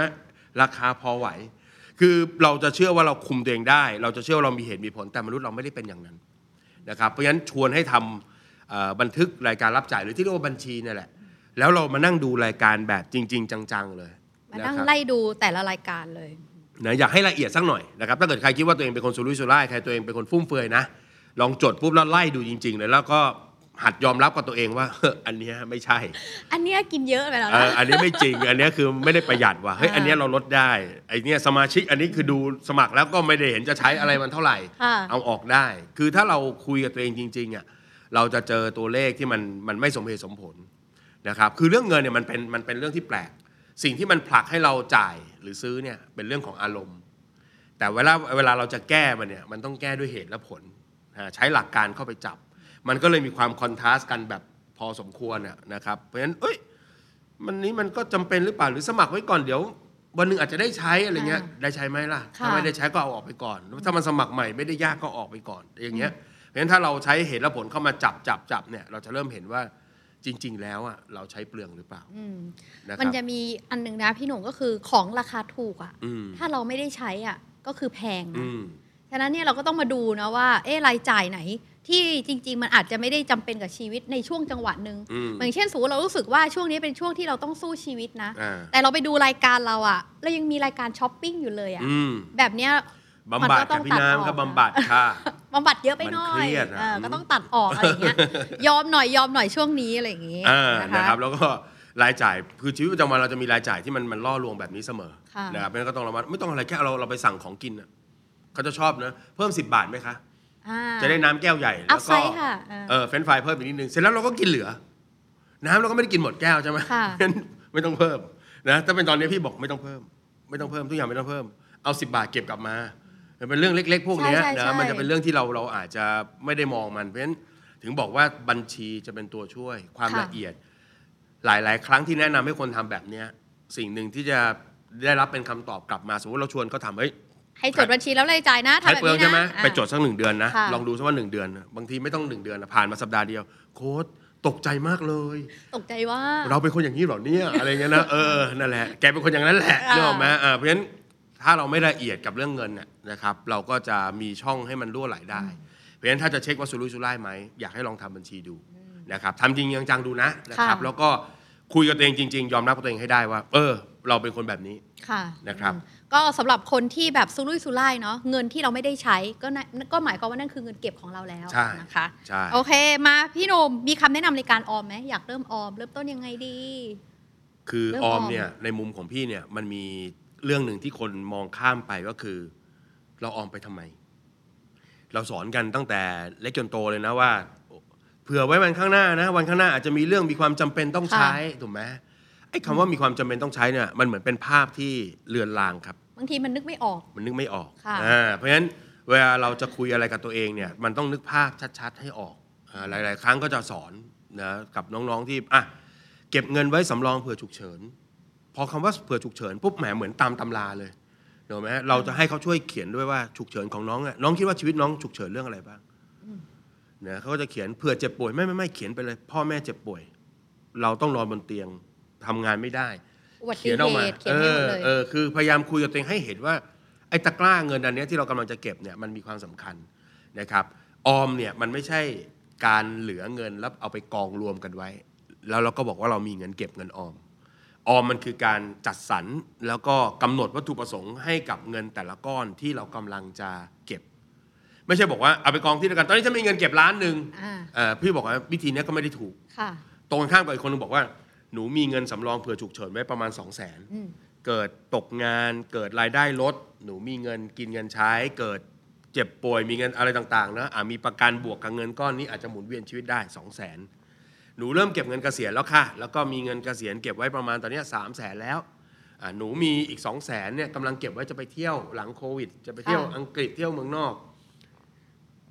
ราคาพอไหว คือเราจะเชื่อว่าเราคุมตัวเองได้ เราจะเชื่อว่าเรามีเหตุมีผลแต่มนุษย์เราไม่ได้เป็นอย่างนั้น นะครับเพราะฉะนั้นชวนให้ทำเอ่อบันทึกรายการรับจ่ายหรือที่เรียกว่าบัญชีเนี่ยแหละ แล้วเรามานั่งดูรายการแบบจริง ๆ จัง ๆ เลย
มานั่ง
นะครับ
ไล่ดูแต่ละรายการเลย
นะอยากให้ละเอียดสักหน่อยนะครับถ้าเกิดใครคิดว่าตัวเองเป็นคนสุรุ่ยสุร่ายใครตัวเองเป็นคนฟุ่มเฟือยนะลองจดปุ๊บแล้วไล่ดูจริง ๆ เลยแล้วก็หัดยอมรับกับตัวเองว่า อันเนี้ยไม่ใช่
อันเนี้ยกินเยอะไปแล้ว
เอ
นะ
ออันนี้ไม่จริง อันเนี้ยคือไม่ได้ประหยัดว่ะเฮ้ย
อ่า
อันเนี้ยเราลดได้ไอเนี้ยสมาชิกอันนี้คือดูสมัครแล้วก็ไม่ได้เห็นจะใช้อะไรมันเท่าไหร่
ค่ะ
เอาออกได้ คือถ้าเราคุยกับตัวเองจริงๆอ่ะ เราจะเจอตัวเลขที่มันมันไม่สมเหตุสมผลนะครับ คือเรื่องเงินเนี่ยมันเป็นมันเป็นเรื่องที่แปลก สิ่งที่มันผลักให้เราจ่ายหรือซื้อเนี่ยเป็นเรื่องของอารมณ์ แต่เวลาเวลาเราจะแก้มันเนี่ยมันต้องแก้ด้วยเหตุและผลนะใช้หลักการเข้าไปจับ มันก็เลยมีความคอนทราสต์กันแบบพอสมควรน่ะนะครับ เพราะฉะนั้นเอ้ย มันนี้มันก็จำเป็นหรือเปล่าหรือสมัครไว้ก่อนเดี๋ยว วันหนึ่งอาจจะได้ใช้อะไรเงี้ย
อ่า
ได้ใช้ไหมล่ะ
ค่ะ
ถ้าไม่ได้ใช้ก็เอาออกไปก่อน ถ้ามันสมัครใหม่ไม่ได้ยากก็ออกไปก่อน อย่างเงี้ย เพราะฉะนั้นถ้าเราใช้เหตุและผลเข้ามาจับจับจับเนี่ย เราจะเริ่มเห็นว่าจริง ๆ แล้วอ่ะเราใช้เปลืองหรือเปล่า
อืม
นะค
มัน
รับ
จะมีอันหนึ่งนะพี่หนุ่มก็คือของราคาถูกอ่ะ
อืม
ถ้าเราไม่ได้ใช้อ่ะก็คือแพงนะ
อืม
ฉะนั้นเนี่ยเราก็ต้องมาดูนะว่าเอ๊ะรายจ่ายไหน ที่จริง ๆ มันอาจจะไม่ได้จำเป็นกับชีวิตในช่วงจังหวะหนึ่ง
อืม
อย่างเช่นสมมติเรารู้สึกว่าช่วงนี้เป็นช่วงที่เราต้องสู้ชีวิตนะ
อ่า
แต่เราไปดูรายการเราอะเรายังมีรายการช้อปปิ้งอยู่เลยอะ
อืม
แบบเนี้ย
บำบั
มั
ด
นก็ต้
ค่ะ
อง
พี่
ตัดออก
น้ำก็บำบัดค่ะ
บำบัดเยอะไปหน่อ
มันเค
ย
รียดอะ
เออก็ต้องตัดออกอะไรอ ย่างเงี้ยยอมหน่อยยอมหน่อยช่วงนี้อะไรอย่างเงี้ย
อ่านะ
นะ
ครับแล้วก็รายจ่ายคือชีวิตประจำวันเราจะมีรายจ่ายที่มันมันล่อลวงแบบนี้เสมอ
ค่ะ
นะครับเพราะฉะนั้นก็ต้องระมัดไม่ต้องอะไรแค่เราเราไปสั่งของกินอ่ะเขาจะชอบนะเพิ่ม 10 บาทไหมคะ
อ่า
จะได้น้ำแก้วใหญ่แล้ว
Up
ก็
size ค่ะอ่า
เออเฟรนช์ฟรายเพิ่มอีกนิดนึงเสร็จแล้วเราก็กินเหลือ น้ำเราก็ไม่ได้กินหมดแก้วใช่ไหม
ค่ะ
เพราฉะนั้นไม่ ต้องเพิ่มนะถ้าเป็นตอนนี้พี่บอกไม่ต้องเพิ่ม ไม่ต้องเพิ่มทุกอย่างไม่ต้องเพิ่มเอา10บาทเก็บกลับมาเป็นเรื่องเล็ก ๆ พวกเนี้ย
ใช่ใช่ใช่
นะมันจะเป็นเรื่องที่เราเราอาจจะไม่ได้มองมันเพราะฉะนั้นถึงบอกว่าบัญชีจะเป็นตัวช่วย ความละเอียด หลาย ๆ ครั้งที่แนะนำให้คนทำแบบเนี้ยสิ่งหนึ่งที่จะได้รับเป็นคำตอบกลับมาสมมติเราชวนเขาทำเฮ้ย
ให้จดบัญชีแล้วรายจ่ายนะ
ใช้
ทำแบบ
เปลือง
นี้
ใช่ไหม
นะอ่า
ไปจดสักหนึ่งเดือนนะ
ค่ะ
ลองดูสักว่าหนึ่งเดือนนะบางทีไม่ต้องหนึ่งเดือนนะผ่านมาสัปดาห์เดียว โค้ดตกใจมากเลย
ตกใจว่า
เราเป็นคนอย่างนี้เหรอเนี่ยอะไร เงี้ยนะเออนั่นแหละแกเป็นคนอย่างนั้นแหละ
อ่า
เนกอะไหมอ่าเพราะฉะนั้นถ้าเราไม่ละเอียดกับเรื่องเงินน่ะนะครับ เราก็จะมีช่องให้มันรั่วไหลได้ เพราะฉะนั้นถ้าจะเช็คว่าสุรุ่ยสุร่ายไหมอยากให้ลองทำบัญชีดูนะครับทำจริงจังๆดูนะนะครับ แล้วก็คุยกับตัวเองจริง ๆ ยอมรับกับตัวเองให้ได้ว่า เออ เราเป็นคนแบบนี้
ค่ะ
นะครับ
อืมก็สำหรับคนที่แบบซุรุ่ยซุร่ายเนาะเงินที่เราไม่ได้ใช้ก็น่าก็หมายความว่านั่นคือเงินเก็บของเราแล้ว
ใช่
นะคะ
ใช่
โอเคมาพี่หนมมีคำแนะนำในการออมไหมอยากเริ่มออม เริ่มต้นยังไงดี
คือ
เริ่ม
ออม
ออม
เนี่ยในมุมของพี่เนี่ยมันมีเรื่องหนึ่งที่คนมองข้ามไปก็คือ เราออมไปทำไม เราสอนกันตั้งแต่เล็กจนโตเลยนะว่า เผื่อไว้วันข้างหน้านะ วันข้างหน้าอาจจะมีเรื่องมีความจำเป็นต้องใช้ถูกไหมไอ้คำว่ามีความจำเป็นต้องใช้เนี่ยมันเหมือนเป็นภาพที่เลือนลางครับ
บางทีมันนึกไม่ออก
มันนึกไม่ออก
ค่ะ
อ่าเพราะฉะนั้นเวลาเราจะคุยอะไรกับตัวเองเนี่ย มันต้องนึกภาพชัด ๆ ให้ออกอ่าหลาย ๆ ครั้งก็จะสอนนะกับน้อง ๆ ที่อ่ะเก็บเงินไว้สำรองเผื่อฉุกเฉิน พอคำว่าเผื่อฉุกเฉินปุ๊บแหมเหมือนตามตำราเลยเนกอะไหมเราจะให้เขาช่วยเขียนด้วยว่าฉุกเฉินของน้องอะน้องคิดว่าชีวิตน้องฉุกเฉินเรื่องอะไรบ้างนะเขาก็จะเขียนเผื่อเจ็บป่วยไม่ไม่ไม่เขียนไปเลย พ่อแม่เจ็บป่วย เราต้องนอนบนเตียงทำงานไม่ได้
อุบัติ
เขียน
เห
ออกมา
ตุเขียนให้หมดเลย
เออ คือพยายามคุยกับตัวเองให้เห็นว่า ไอ้ตะกร้าเงินอันเนี้ยที่เรากำลังจะเก็บเนี่ยมันมีความสำคัญนะครับออมเนี่ยมันไม่ใช่การเหลือเงินแล้วเอาไปกองรวมกันไว้ แล้วเราก็บอกว่าเรามีเงินเก็บเงินออม ออมมันคือการจัดสรรแล้วก็กำหนดวัตถุประสงค์ให้กับเงินแต่ละก้อนที่เรากำลังจะเก็บ ไม่ใช่บอกว่าเอาไปกองที่เดียวกัน ตอนนี้ฉันมีเงินเก็บล้านหนึ่ง
อ่า
เอ่อพี่บอกว่าวิธีเนี้ยก็ไม่ได้ถูก
ค่ะ
ตรงกันข้ามกับอีกคนนึงบอกว่าหนูมีเงินสำรองเผื่อฉุกเฉินไว้ประมาณ 2 0 0 0 0น
อืม
เกิดตกงานเกิดรายได้ลด หนูมีเงินกินเงินใช้ เกิดเจ็บป่วยมีเงินอะไรต่างๆนะอ่ะมีประกันบวกกับเงินก้อนนี้อาจจะหมุนเวียนชีวิตได้ 2 0 0 0 0นหนูเริ่มเก็บเงินเกษียณแล้วค่ะ แล้วก็มีเงินเกษียณเก็บไว้ประมาณตอนเนี้สามแสนแล้วอ่ะหนูมีอีก 2 0 0 0 0นเนี่ยกำลังเก็บไว้จะไปเที่ยวหลังโควิด จะไปเที่ยว
ค่ะ
อังกฤษเที่ยวเมืองนอก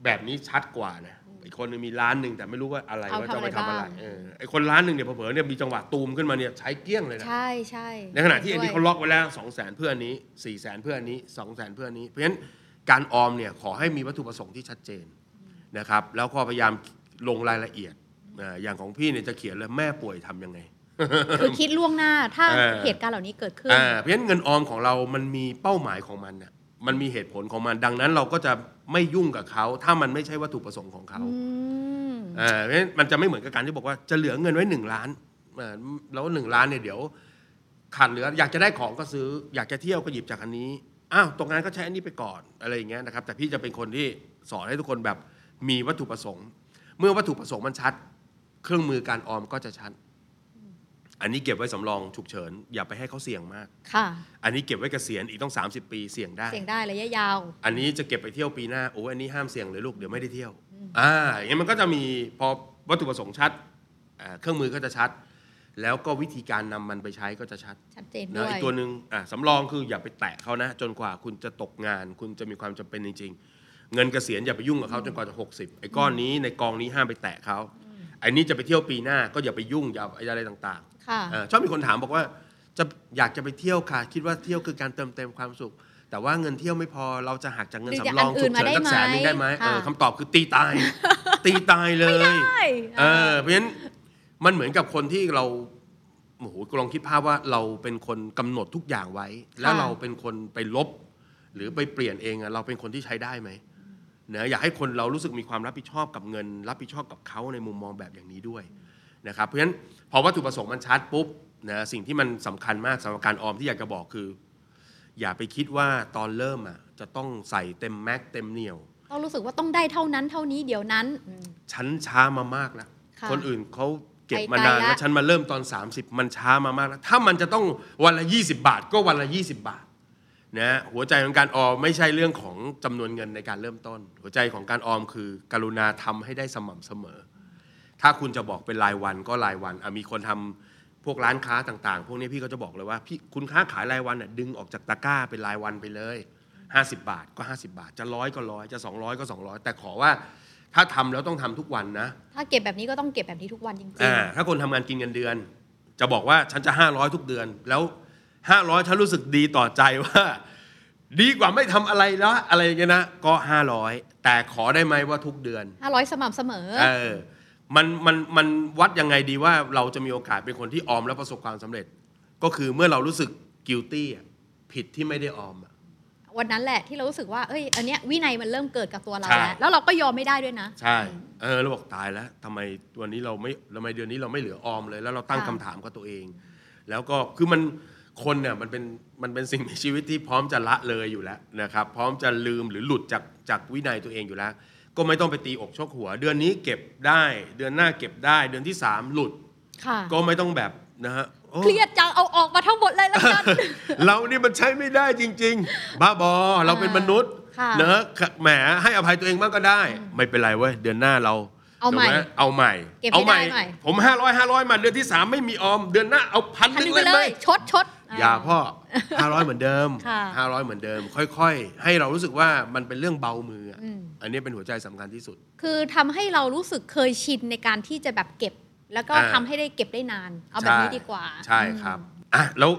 แบบนี้ชัดกว่านะอีกคนนึงมีล้านหนึ่งแต่ไม่รู้ว่าอะไร
เอา
ว่าจะเอาไป
ทำ
ทำ
อะไร
อะไร
บ้าง
เออไอคนล้านหนึ่งเนี่ยเผลอๆเนี่ยมีจังหวะตูมขึ้นมาเนี่ยใช้เกลี้ยงเลยนะ
ใช่ใช่
ในขณะที่อัน
ด้
นี้
วย
เขาล็อกไว้แล้วสองแสนเพื่ออันนี้สี่แสนเพื่ออันนี้สองแสนเพื่ออันนี้ เพราะฉะนั้นการออมเนี่ยขอให้มีวัตถุประสงค์ที่ชัดเจนนะครับแล้วก็พยายามลงรายละเอียดอ่าอย่างของพี่เนี่ยจะเขียนเลยแม่ป่วยทำยังไง
คือคิดล่วงหน้าถ้า
เออ
เหตุการณ์เหล่านี้เกิดขึ้น
อ่าเพราะฉะนั้นเงินออมของเรามันมีเป้าหมายของมันนะมันมีเหตุผลของมันดังนั้นเราก็จะไม่ยุ่งกับเขาถ้ามันไม่ใช่วัตถุประสงค์ของเขา
อืม
เออเพราะฉะนั้นมันจะไม่เหมือนกับการที่บอกว่าจะเหลือเงินไว้หนึ่งล้านเออแล้วหนึ่งล้านเนี่ยเดี๋ยว ขาดเหลืออยากจะได้ของก็ซื้อ อยากจะเที่ยวก็หยิบจากอันนี้อ้าวตกงานก็ใช้อันนี้ไปก่อนอะไรอย่างเงี้ยนะครับ แต่พี่จะเป็นคนที่สอนให้ทุกคนแบบมีวัตถุประสงค์ เมื่อวัตถุประสงค์มันชัด เครื่องมือการออมก็จะชัด อันนี้เก็บไว้สำรองฉุกเฉิน อย่าไปให้เขาเสี่ยงมาก
ค่ะ
อันนี้เก็บไว้เกษียณอีกต้อง 30 ปีเสี่ยงได้
เสียงได้ระยะยาว
อันนี้จะเก็บไปเที่ยวปีหน้าโอ้อันนี้ห้ามเสี่ยงเลยลูกเดี๋ยวไม่ได้เที่ยวอ่าอย่างเงี้ยมันก็จะมีพอวัตถุประสงค์ชัดอ่าเครื่องมือก็จะชัด แล้วก็วิธีการนำมันไปใช้ก็จะชัด
ชัดเจนด้
นะ
วย
อีกตัวหนึ่งอ่าสำรองคืออย่าไปแตะเขานะ จนกว่าคุณจะตกงาน คุณจะมีความจำเป็นจริง ๆ เงินเกษียณอย่าไปยุ่งกับเขาจนกว่าจะ 60ไอ้ก้อนนี้ในกองนี้ห้ามไปแตะเขาไอ้นี้จะไปเที่ยวปีหน้าก็อย่าไปยุ่งอย่าอะไรต่างๆ
ค่ะ
เอ่อชอบมีคนถามบอกว่าจะอยากจะไปเที่ยวค่ะ คิดว่าเที่ยวคือการเติมเต็มความสุข แต่ว่าเงินเที่ยวไม่พอเราจะหักจากเงิน
หรือ
สำรอง
จากอันอื่
ฉุ
น
กเฉิ
มา
น
ได้
สักแสนหนึงได้ไหม
ไหม
เออ
ค่ะ
คำตอบคือตีตาย ตีตายเลย
ใช่
เออเพราะฉะนั้นมันเหมือนกับคนที่เราโอ้โหลองคิดภาพว่าเราเป็นคนกำหนดทุกอย่างไว้ แล้วเราเป็นคนไปลบ หรือไปเปลี่ยนเองอะเราเป็นคนที่ใช้ได้ไหมเนอะอยากให้คนเรารู้สึกมีความรับผิดชอบกับเงิน รับผิดชอบกับเขาในมุมมองแบบอย่างนี้ด้วย นะครับเพราะฉะนั้นพอวัตถุประสงค์มันชัดปุ๊บนะสิ่งที่มันสำคัญมากสำหรับการออมที่อยากจะบอกคือ อย่าไปคิดว่าตอนเริ่มอ่ะจะต้องใส่เต็มแม็กเต็มเหนียว
ต้องรู้สึกว่าต้องได้เท่านั้นเท่านี้เดี๋ยวนั้นอืม
ฉันช้ามามากแล้ว
ค่ะ
คนอื่นเขาเก็บ
ไปไกล
มานาน
ละ
แล้วฉันมาเริ่มตอน 30 มันช้ามามากแล้วถ้ามันจะต้องวันละ 20 บาทก็วันละ 20 บาทนะหัวใจของการออมไม่ใช่เรื่องของจำนวนเงินในการเริ่มต้น หัวใจของการออมคือ กรุณาทำให้ได้สม่ำเสมอ ถ้าคุณจะบอกเป็นรายวันก็รายวันอ่ะมีคนทำพวกร้านค้าต่างๆ พวกนี้พี่ก็จะบอกเลยว่าพี่คุณค้าขายรายวันน่ะดึงออกจากตะกร้าเป็นรายวันไปเลย 50 บาทก็ 50 บาท จะร้อยก็ร้อยจะ 200 ก็ 200 แต่ขอว่าถ้าทำแล้วต้องทำทุกวันนะ
ถ้าเก็บแบบนี้ก็ต้องเก็บแบบนี้ทุกวันจริง
อ่าถ้าคนทำงานกินเงินเดือน จะบอกว่าฉันจะ 500 ทุกเดือน แล้ว 500 ฉันรู้สึกดีต่อใจว่า ดีกว่าไม่ทำอะไรละอะไรอย่างเงี้ยนะ ก็ 500 แต่ขอได้ไหมว่าทุกเดือน
ๆห้าร้อยสม่ำเสมอ
เออ มันมันมันวัดยังไงดีว่าเราจะมีโอกาสเป็นคนที่ออมแล้วประสบความสำเร็จ ก็คือเมื่อเรารู้สึก guilty อะผิดที่ไม่ได้ออมอะ
วันนั้นแหละที่เรารู้สึกว่าเอ้ยอันเนี้ยวินัยมันเริ่มเกิดกับตัวเรา
ใช่
แล้วแล้วเราก็ยอมไม่ได้ด้วยนะ
ใช่ เออเราบอกตายแล้วทำไมวันนี้เราไม่ทำไมเดือนนี้เราไม่เหลือออมเลย แล้วเราตั้ง
ค่ะ
คำถามกับตัวเอง แล้วก็คือมันคนเนี่ยมันเป็นมันเป็นสิ่งในชีวิตที่พร้อมจะละเลยอยู่แล้วนะครับ พร้อมจะลืมหรือหลุดจากจากวินัยตัวเองอยู่แล้ว ก็ไม่ต้องไปตีอกชกหัว เดือนนี้เก็บได้ เดือนหน้าเก็บได้ เดือนที่สามหลุด
ค่ะ
ก็ไม่ต้องแบบนะฮะโอ้
เครียดจังเอาออกมาทั้งหมดเลยละกัน
เรานี่มันใช้ไม่ได้จริง ๆ บ้าบอ เราเป็นมนุษย์
ค่ะ
เนอะแหมให้อภัยตัวเองบ้างก็ได้ ไม่เป็นไรเว้ยเดือนหน้าเรา
เอาใหม่
ดี๋ยวนะเอาใหม่
เก็บให้
เอาใหม่
ได้หน่อย
ผมห้าร้อยห้าร้อยมาเดือนที่สามไม่มีออม เดือนหน้าเอาพัน
ทัน
หนึ่
นึ
ง
ง
เล
ไปเล
ยไหม
ย ชดชด
อย่าพ่อห้าร้อยเหมือนเดิม
ค่ะ
ห้าร้อยเหมือนเดิม ค่อยๆ ให้เรารู้สึกว่ามันเป็นเรื่องเบามืออะ
อืม
อันนี้เป็นหัวใจสำคัญที่สุด
คือทำให้เรารู้สึกเคยชินในการที่จะแบบเก็บ แล้วก็
อ่า
ทำให้ได้เก็บได้นาน เอาแบบนี้ดีกว่า
ใช่ครับอ่ะแล้ว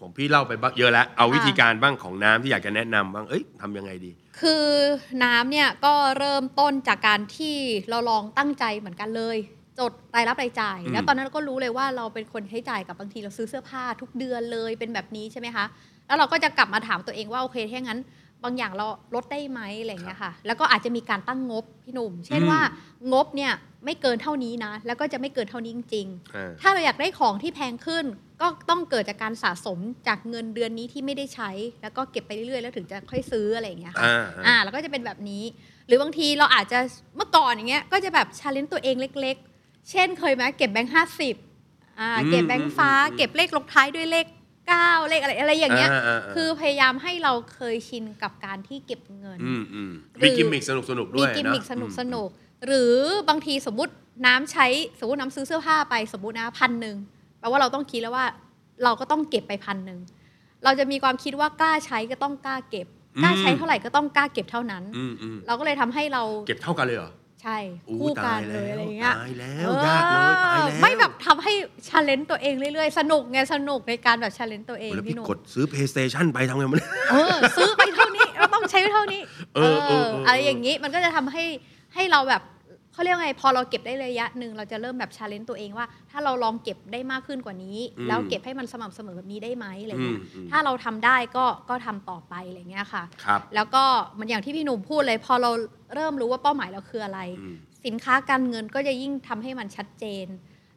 ผมพี่เล่าไปบ้างเยอะแล้ว เอาวิธีการบ้างของน้ำที่อยากจะแนะนำบ้างเอ้ยทำยังไงดี
คือน้ำเนี่ยก็เริ่มต้นจากการที่เราลองตั้งใจเหมือนกันเลย จดรายรับรายจ่าย
อืม
แล้วตอนนั้นเราก็รู้เลยว่าเราเป็นคนใช้จ่ายกับบางทีเราซื้อเสื้อผ้าทุกเดือนเลยเป็นแบบนี้ใช่ไหมคะ แล้วเราก็จะกลับมาถามตัวเองว่าโอเคถ้างั้น บางอย่างเราลดได้ไหมอะไรอย่างเงี้ยค่ะ แล้วก็อาจจะมีการตั้งงบพี่หนุ่ม เช่น
อืม
ว่างบเนี่ยไม่เกินเท่านี้นะ แล้วก็จะไม่เกินเท่านี้จริง ๆ
อ่า
ถ้าเราอยากได้ของที่แพงขึ้น ก็ต้องเกิดจากการสะสมจากเงินเดือนนี้ที่ไม่ได้ใช้ แล้วก็เก็บไปเรื่อยๆ แล้วถึงจะค่อยซื้ออะไรอย่างเงี้ยค่ะ
อ่าๆ
อ่าแล้วก็จะเป็นแบบนี้ หรือบางทีเราอาจจะเมื่อก่อนอย่างเงี้ยก็จะแบบชาเลนจ์ตัวเองเล็ก ๆ เช่นเคยไหมเก็บแบงค์ห้าสิบอ่าเก็บแบงค์ฟ้า เก็บเลขลงท้ายด้วยเลขเก้าเลขอะไรอะไรอย่างเงี้ย
ๆๆ
คือพยายามให้เราเคยชินกับการที่เก็บเงิน
มอืม
หรือ
มีกิมมิกสนุกสนุกๆด้
มี
วย
กิม
นะ
มิกสนุกสนุกหรือบางทีสมมติน้ำใช้สมมติน้ำซื้อเสื้อผ้าไปสมมตินะพันหนึ่งแปลว่าเราต้องคิดแล้วว่าเราก็ต้องเก็บไปพันหนึ่งเราจะมีความคิดว่ากล้าใช้ก็ต้องกล้าเก็บ กล้าใช้เท่าไหร่ก็ต้องกล้าเก็บเท่านั้น
อืมอืม
เราก็เลยทำให้เรา
เก็บเท่ากันเลยเหรอ
ใช่
อู้
คู่กั
ตาน ยแล้
เล
วย
อะไรอย่างเงี้ย
ตายแล้วยากเลยตาย
เออ
แล้ว
ไม่แบบทำให้ชาเลนจ์ตัวเองเรื่อยๆ สนุกไงสนุกในการแบบชาเลนจ์ตัวเอง
โอ้แล้ว
พี่
พี่
หนุ่ม
กดซื้อ PlayStation ไปทำไงมัน
เออซื้อไปเท่านี้ เราต้องใช้เท่านี้
เออเออเอออ
ไรอย่างนี้มันก็จะทำให้ให้เราแบบเขาเรียกว่าไงพอเราเก็บได้ระยะหนึ่งเราจะเริ่มแบบชาเลนจ์ตัวเองว่า ถ้าเราลองเก็บได้มากขึ้นกว่านี้ แล้วเก็บให้มันสม่ำเสมอแบบนี้ได้ไหมอะไร
อืม
เงี้ย
อืม
ถ้าเราทำได้ก็ก็ทำต่อไปอะไรเงี้ยค่ะ
ครับ
แล้วก็เหมันอย่างที่พี่หนุ่มพูดเลย พอเราเริ่มรู้ว่าเป้าหมายเราคืออะไร
อืม
สินค้าการเงินก็จะยิ่งทำให้มันชัดเจน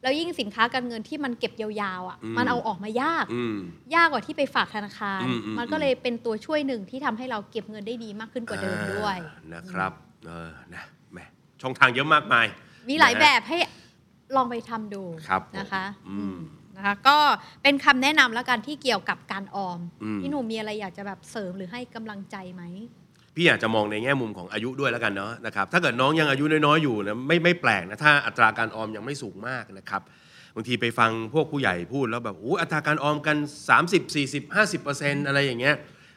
แล้วยิ่งสินค้าการเงินที่มันเก็บยาวๆอ่ะ
อืม
มันเอาออกมายาก
อืม
ยากกว่าที่ไปฝากธนาคาร
อืมอืม
มันก็เลยเป็นตัวช่วยหนึ่งที่ทำให้เราเก็บเงินได้ดีมากขึ้นกว่าเดิมด้วย
อ่านะครับเออนะแหมช่องทางเยอะมากมาย
มีหลายแบบให้ลองไปทำดู
ครับผม
นะคะ
อืม
นะคะ ก็เป็นคำแนะนำแล้วกันที่เกี่ยวกับการออม
อืม
พี่หนุ่มมีอะไรอยากจะแบบเสริมหรือให้กำลังใจไหม
พี่อยากจะมองในแง่มุมของอายุด้วยแล้วกันเนาะนะครับถ้าเกิดน้องยังอายุน้อยๆอยู่นะไม่ไม่แปลกนะถ้าอัตราการออมยังไม่สูงมากนะครับบางทีไปฟังพวกผู้ใหญ่พูดแล้วแบบอู้อัตราการออมกัน 30 40 50เปอร์เซ็นต์อะไรอย่างเงี้ย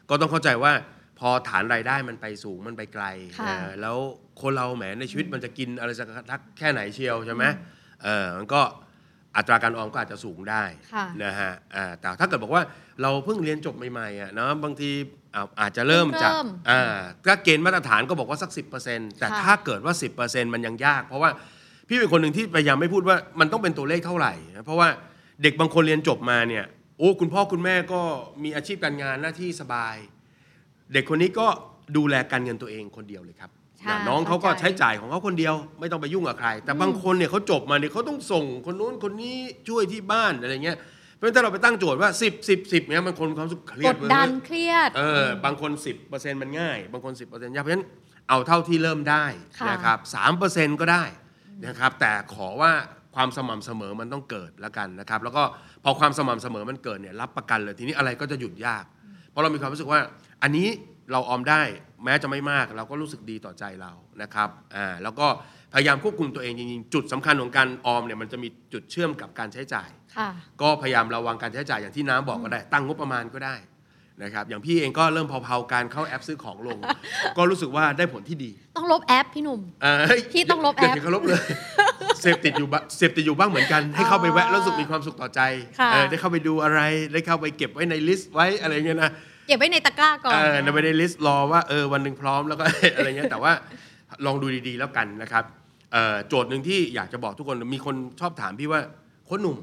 ก็ต้องเข้าใจว่าพอฐานรายได้มันไปสูงมันไปไกล
ค่ะ
เออแล้วคนเราแหมในชีวิตมันจะกินอะไรสักทักแค่ไหนเชียวใช่ไหมเออมันก็อัตราการออมก็อาจจะสูงได้
ค่ะ
นะฮะอ่าแต่ถ้าเกิดบอกว่าเราเพิ่งเรียนจบใหม่ๆอ่ะเนอะบางทีอ่าอาจจะเริ่มจาก
เพิ่งเริ่ม
อ่าถ้าเกณฑ์มาตรฐานก็บอกว่าสัก 10%แต่
ค่ะ
ถ้าเกิดว่า 10%มันยังยาก เพราะว่าพี่เป็นคนหนึ่งที่พยายามไม่พูดว่ามันต้องเป็นตัวเลขเท่าไหร่นะเพราะว่าเด็กบางคนเรียนจบมาเนี่ยโอ้คุณพ่อคุณแม่ก็มีอาชีพการงานหน้าที่สบาย เด็กคนนี้ก็ดูแลการเงินตัวเองคนเดียวเลยครับ
ใช่
นะน้องเขาก็
เข้าใจ
ใช้จ่ายของเขาคนเดียว ไม่ต้องไปยุ่งกับใคร แต่บางคนเนี่ยเขาจบมาเนี่ยเขาต้องส่งคนนู้นคนนี้ช่วยที่บ้านอะไรเงี้ยเพราะฉะนั้นถ้าเราไปตั้งโจทย์ว่า 10 10 10เนี่ยมันคนมีความรู้สุขเครี
ก
ยด
ด
เว้ย
ดันเครียด
เออบางคน 10%มันง่าย บางคน 10%ยากเพราะฉะนั้นเอาเท่าที่เริ่มได้
ค่ะ
นะครับ3%ก็ได้นะครับแต่ขอว่าความสม่ำเสมอมันต้องเกิดละกันนะครับแล้วก็พอความสม่ำเสมอมันเกิดเนี่ยรับประกันเลยทีนี้อะไรก็จะหยุดยาก เพราะเรามีความรู้สึกว่าอันนี้เราออมได้แม้จะไม่มาก เราก็รู้สึกดีต่อใจเรานะครับอ่าแล้วก็พยายามควบคุมตัวเองจริงๆ จุดสำคัญของการออมเนี่ยมันจะมีจุดเชื่อมกับการใช้จ่าย
ค่ะ
ก็พยายามระวังการใช้จ่ายอย่างที่น้ำบอกก็ได้ ตั้งงบประมาณก็ได้นะครับอย่างพี่เองก็เริ่มเผาๆการเข้าแอปซื้อของลง ก็รู้สึกว่าได้ผลที่ดี
ต้องลบแอปพี่หนุ่ม
อ่าเฮ้ย
พี่ต้องลบแอป
ย่าถึงกับลบเลยเสพติดอยู่บ้างเสพติดอยู่บ้างเหมือนกัน ให้เข้าไปแวะแล้วรู้สึกมีความสุขต่อใจ
ค่ะ
เออได้เข้าไปดูอะไรได้เข้าไปเก็บไว้ในลิสต์ไว้อะไรอย่างเงี้ยนะ
เก็บไว้ในตะกร้าก่อน
เออไม่ได้ลิสต์รอว่าเออวันหนึ่งพร้อมแล้วก็ อะไรเงี้ยแต่ว่าลองดูดีๆแล้วกันนะครับเอ่อโจทย์หนึ่งที่อยากจะบอกทุกคนมีคนชอบถามพี่ว่าโคนหนุ่ม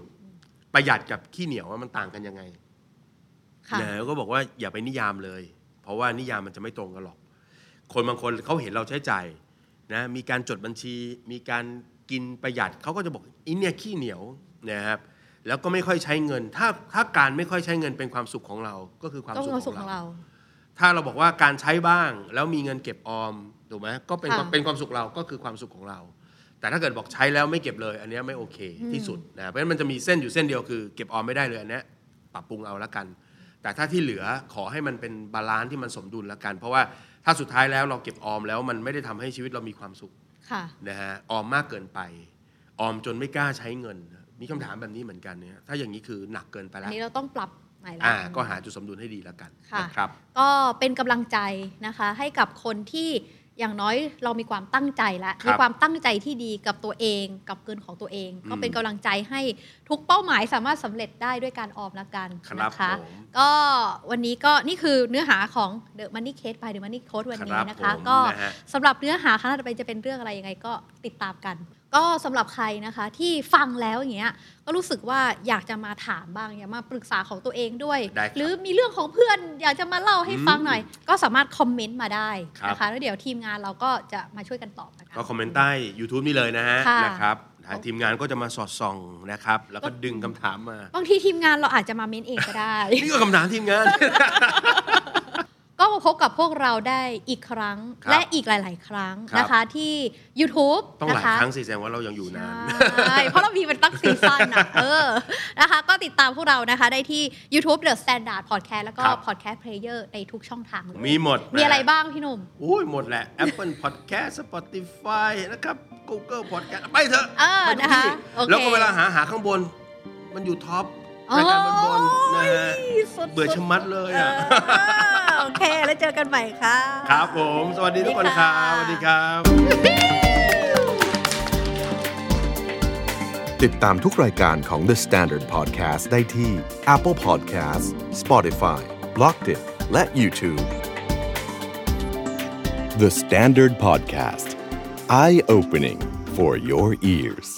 ประหยัดกับขี้เหนียวว่ามันต่างกันยังไง
ค่ะ
นะแล้วก็บอกว่าอย่าไปนิยามเลย เพราะว่านิยามมันจะไม่ตรงกันหรอก คนบางคนเขาเห็นเราใช้จ่ายนะมีการจดบัญชี มีการกินประหยัดเขาก็จะบอกอินเนี่ยขี้เหนียวนะครับแล้วก็ไม่ค่อยใช้เงิน ถ้าถ้าการไม่ค่อยใช้เงินเป็นความสุขของเราก็คือความ
ต้อง
สุข
เอาสุข
ข
ข
อ
อง ง
เรา
เรา
ถ้าเราบอกว่าการใช้บ้างแล้วมีเงินเก็บออมถูกไหมก็เป็น
ค่ะ
ความเป็นความสุขเราก็คือความสุขของเรา แต่ถ้าเกิดบอกใช้แล้วไม่เก็บเลย อันเนี้ยไม่โอเค
อืม
ที่สุดนะเพราะฉะนั้นมันจะมีเส้นอยู่เส้นเดียวคือเก็บออมไม่ได้เลยอันเนี้ยปรับปรุงเอาละกัน แต่ถ้าที่เหลือขอให้มันเป็นบาลานซ์ที่มันสมดุลละกัน เพราะว่าถ้าสุดท้ายแล้วเราเก็บออมแล้วมันไม่ได้ทำให้ชีวิตเรามีความสุข
ค่ะ
นะฮะออมมากเกินไป ออมจนไม่กล้าใช้เงิน มีคำถามแบบนี้เหมือนกันเนี่ยถ้าอย่างนี้คือหนักเกินไป
อัน
แล้ว
นี้เราต้องปรับใหม่ละ
อ่าก็หาจุดสมดุลให้ดีละกัน
ค่ะ
นะครับ
ก็เป็นกำลังใจนะคะ ให้กับคนที่อย่างน้อยเรามีความตั้งใจและ
ครับ
มีความตั้งใจที่ดีกับตัวเองกับเงินของตัวเอง
อืม
ก็เป็นกำลังใจให้ทุกเป้าหมายสามารถสำเร็จได้ด้วยการออมละกัน
ครับ
นะคะ
ผม
ก็วันนี้ก็นี่คือเนื้อหาของ The Money Case by The Money Coach วันนี้นะคะ
ครับผม
ก็
นะฮะ
สำหรับเนื้อหาครั้งต่อไปจะเป็นเรื่องอะไรยังไงก็ติดตามกัน ก็สำหรับใครนะคะที่ฟังแล้วอย่างเงี้ยก็รู้สึกว่าอยากจะมาถามบ้างอยากมาปรึกษาของตัวเองด้วย
ได้ครับ
หรือมีเรื่องของเพื่อนอยากจะมาเล่าให้ฟังหน่อย ก็สามารถคอมเมนต์มาได้นะ
ครั
คะ
บ
แล้วเดี๋ยวทีมงานเราก็จะมาช่วยกันตอบนะะ
ก็คอมเมนต์ใต้ YouTube นี่เลยนะฮะ
ค่ะ
นะครับทางทีมงานก็จะมาสอดส่องนะครับ แล้วก็
ก็
ดึงคำถามมา
บางทีทีมงานเราอาจจะมาเม้นเองก็ได้
นี่ก็คำถามทีมงาน
ก็มาพบกับพวกเราได้อีกครั้ง
ครับ
และอีกหลาย ๆ ครั้ง
ครับ
นะคะที่ YouTube
ต้องห
นะ
ลาย
คะ
ครั้งสิแสดงว่าเรายังอยู่นาน
ใช่ เพราะเรามีเป็นตั้งซีซั่นนะเออ นะคะ ก็ติดตามพวกเรานะคะ ได้ที่ YouTube The Standard Podcast แล้วก็
ครับ
Podcast Player ในทุกช่องทางเลย
มีหมดน
มีอะไรบ้างพี่หนุ่ม
อุ้ยหมดแหละ Apple Podcast Spotify นะครับ Google Podcast ไปเถอะ
เออ
ไปทุก
นะคะ
ที่
โอเค
แล้วก็เวลาหาหาข้างบน มันอยู่ท็อปรายการบนบนๆนะฮะ
โอ้ยสุดๆ
เบื่อชะมัดเลยอ่ะ
เออโอเค แล้วเจอกันใหม่ค่ะ
ครับผม สวัสดีทุกคนครับส
สวั
วัส
สดี
ดีค
ค่ะ
รับ
ติดตามทุกรายการของ The Standard Podcast ได้ที่ Apple Podcasts, Spotify, b l o c k d i t และ YouTube The Standard Podcast Eye Opening for Your Ears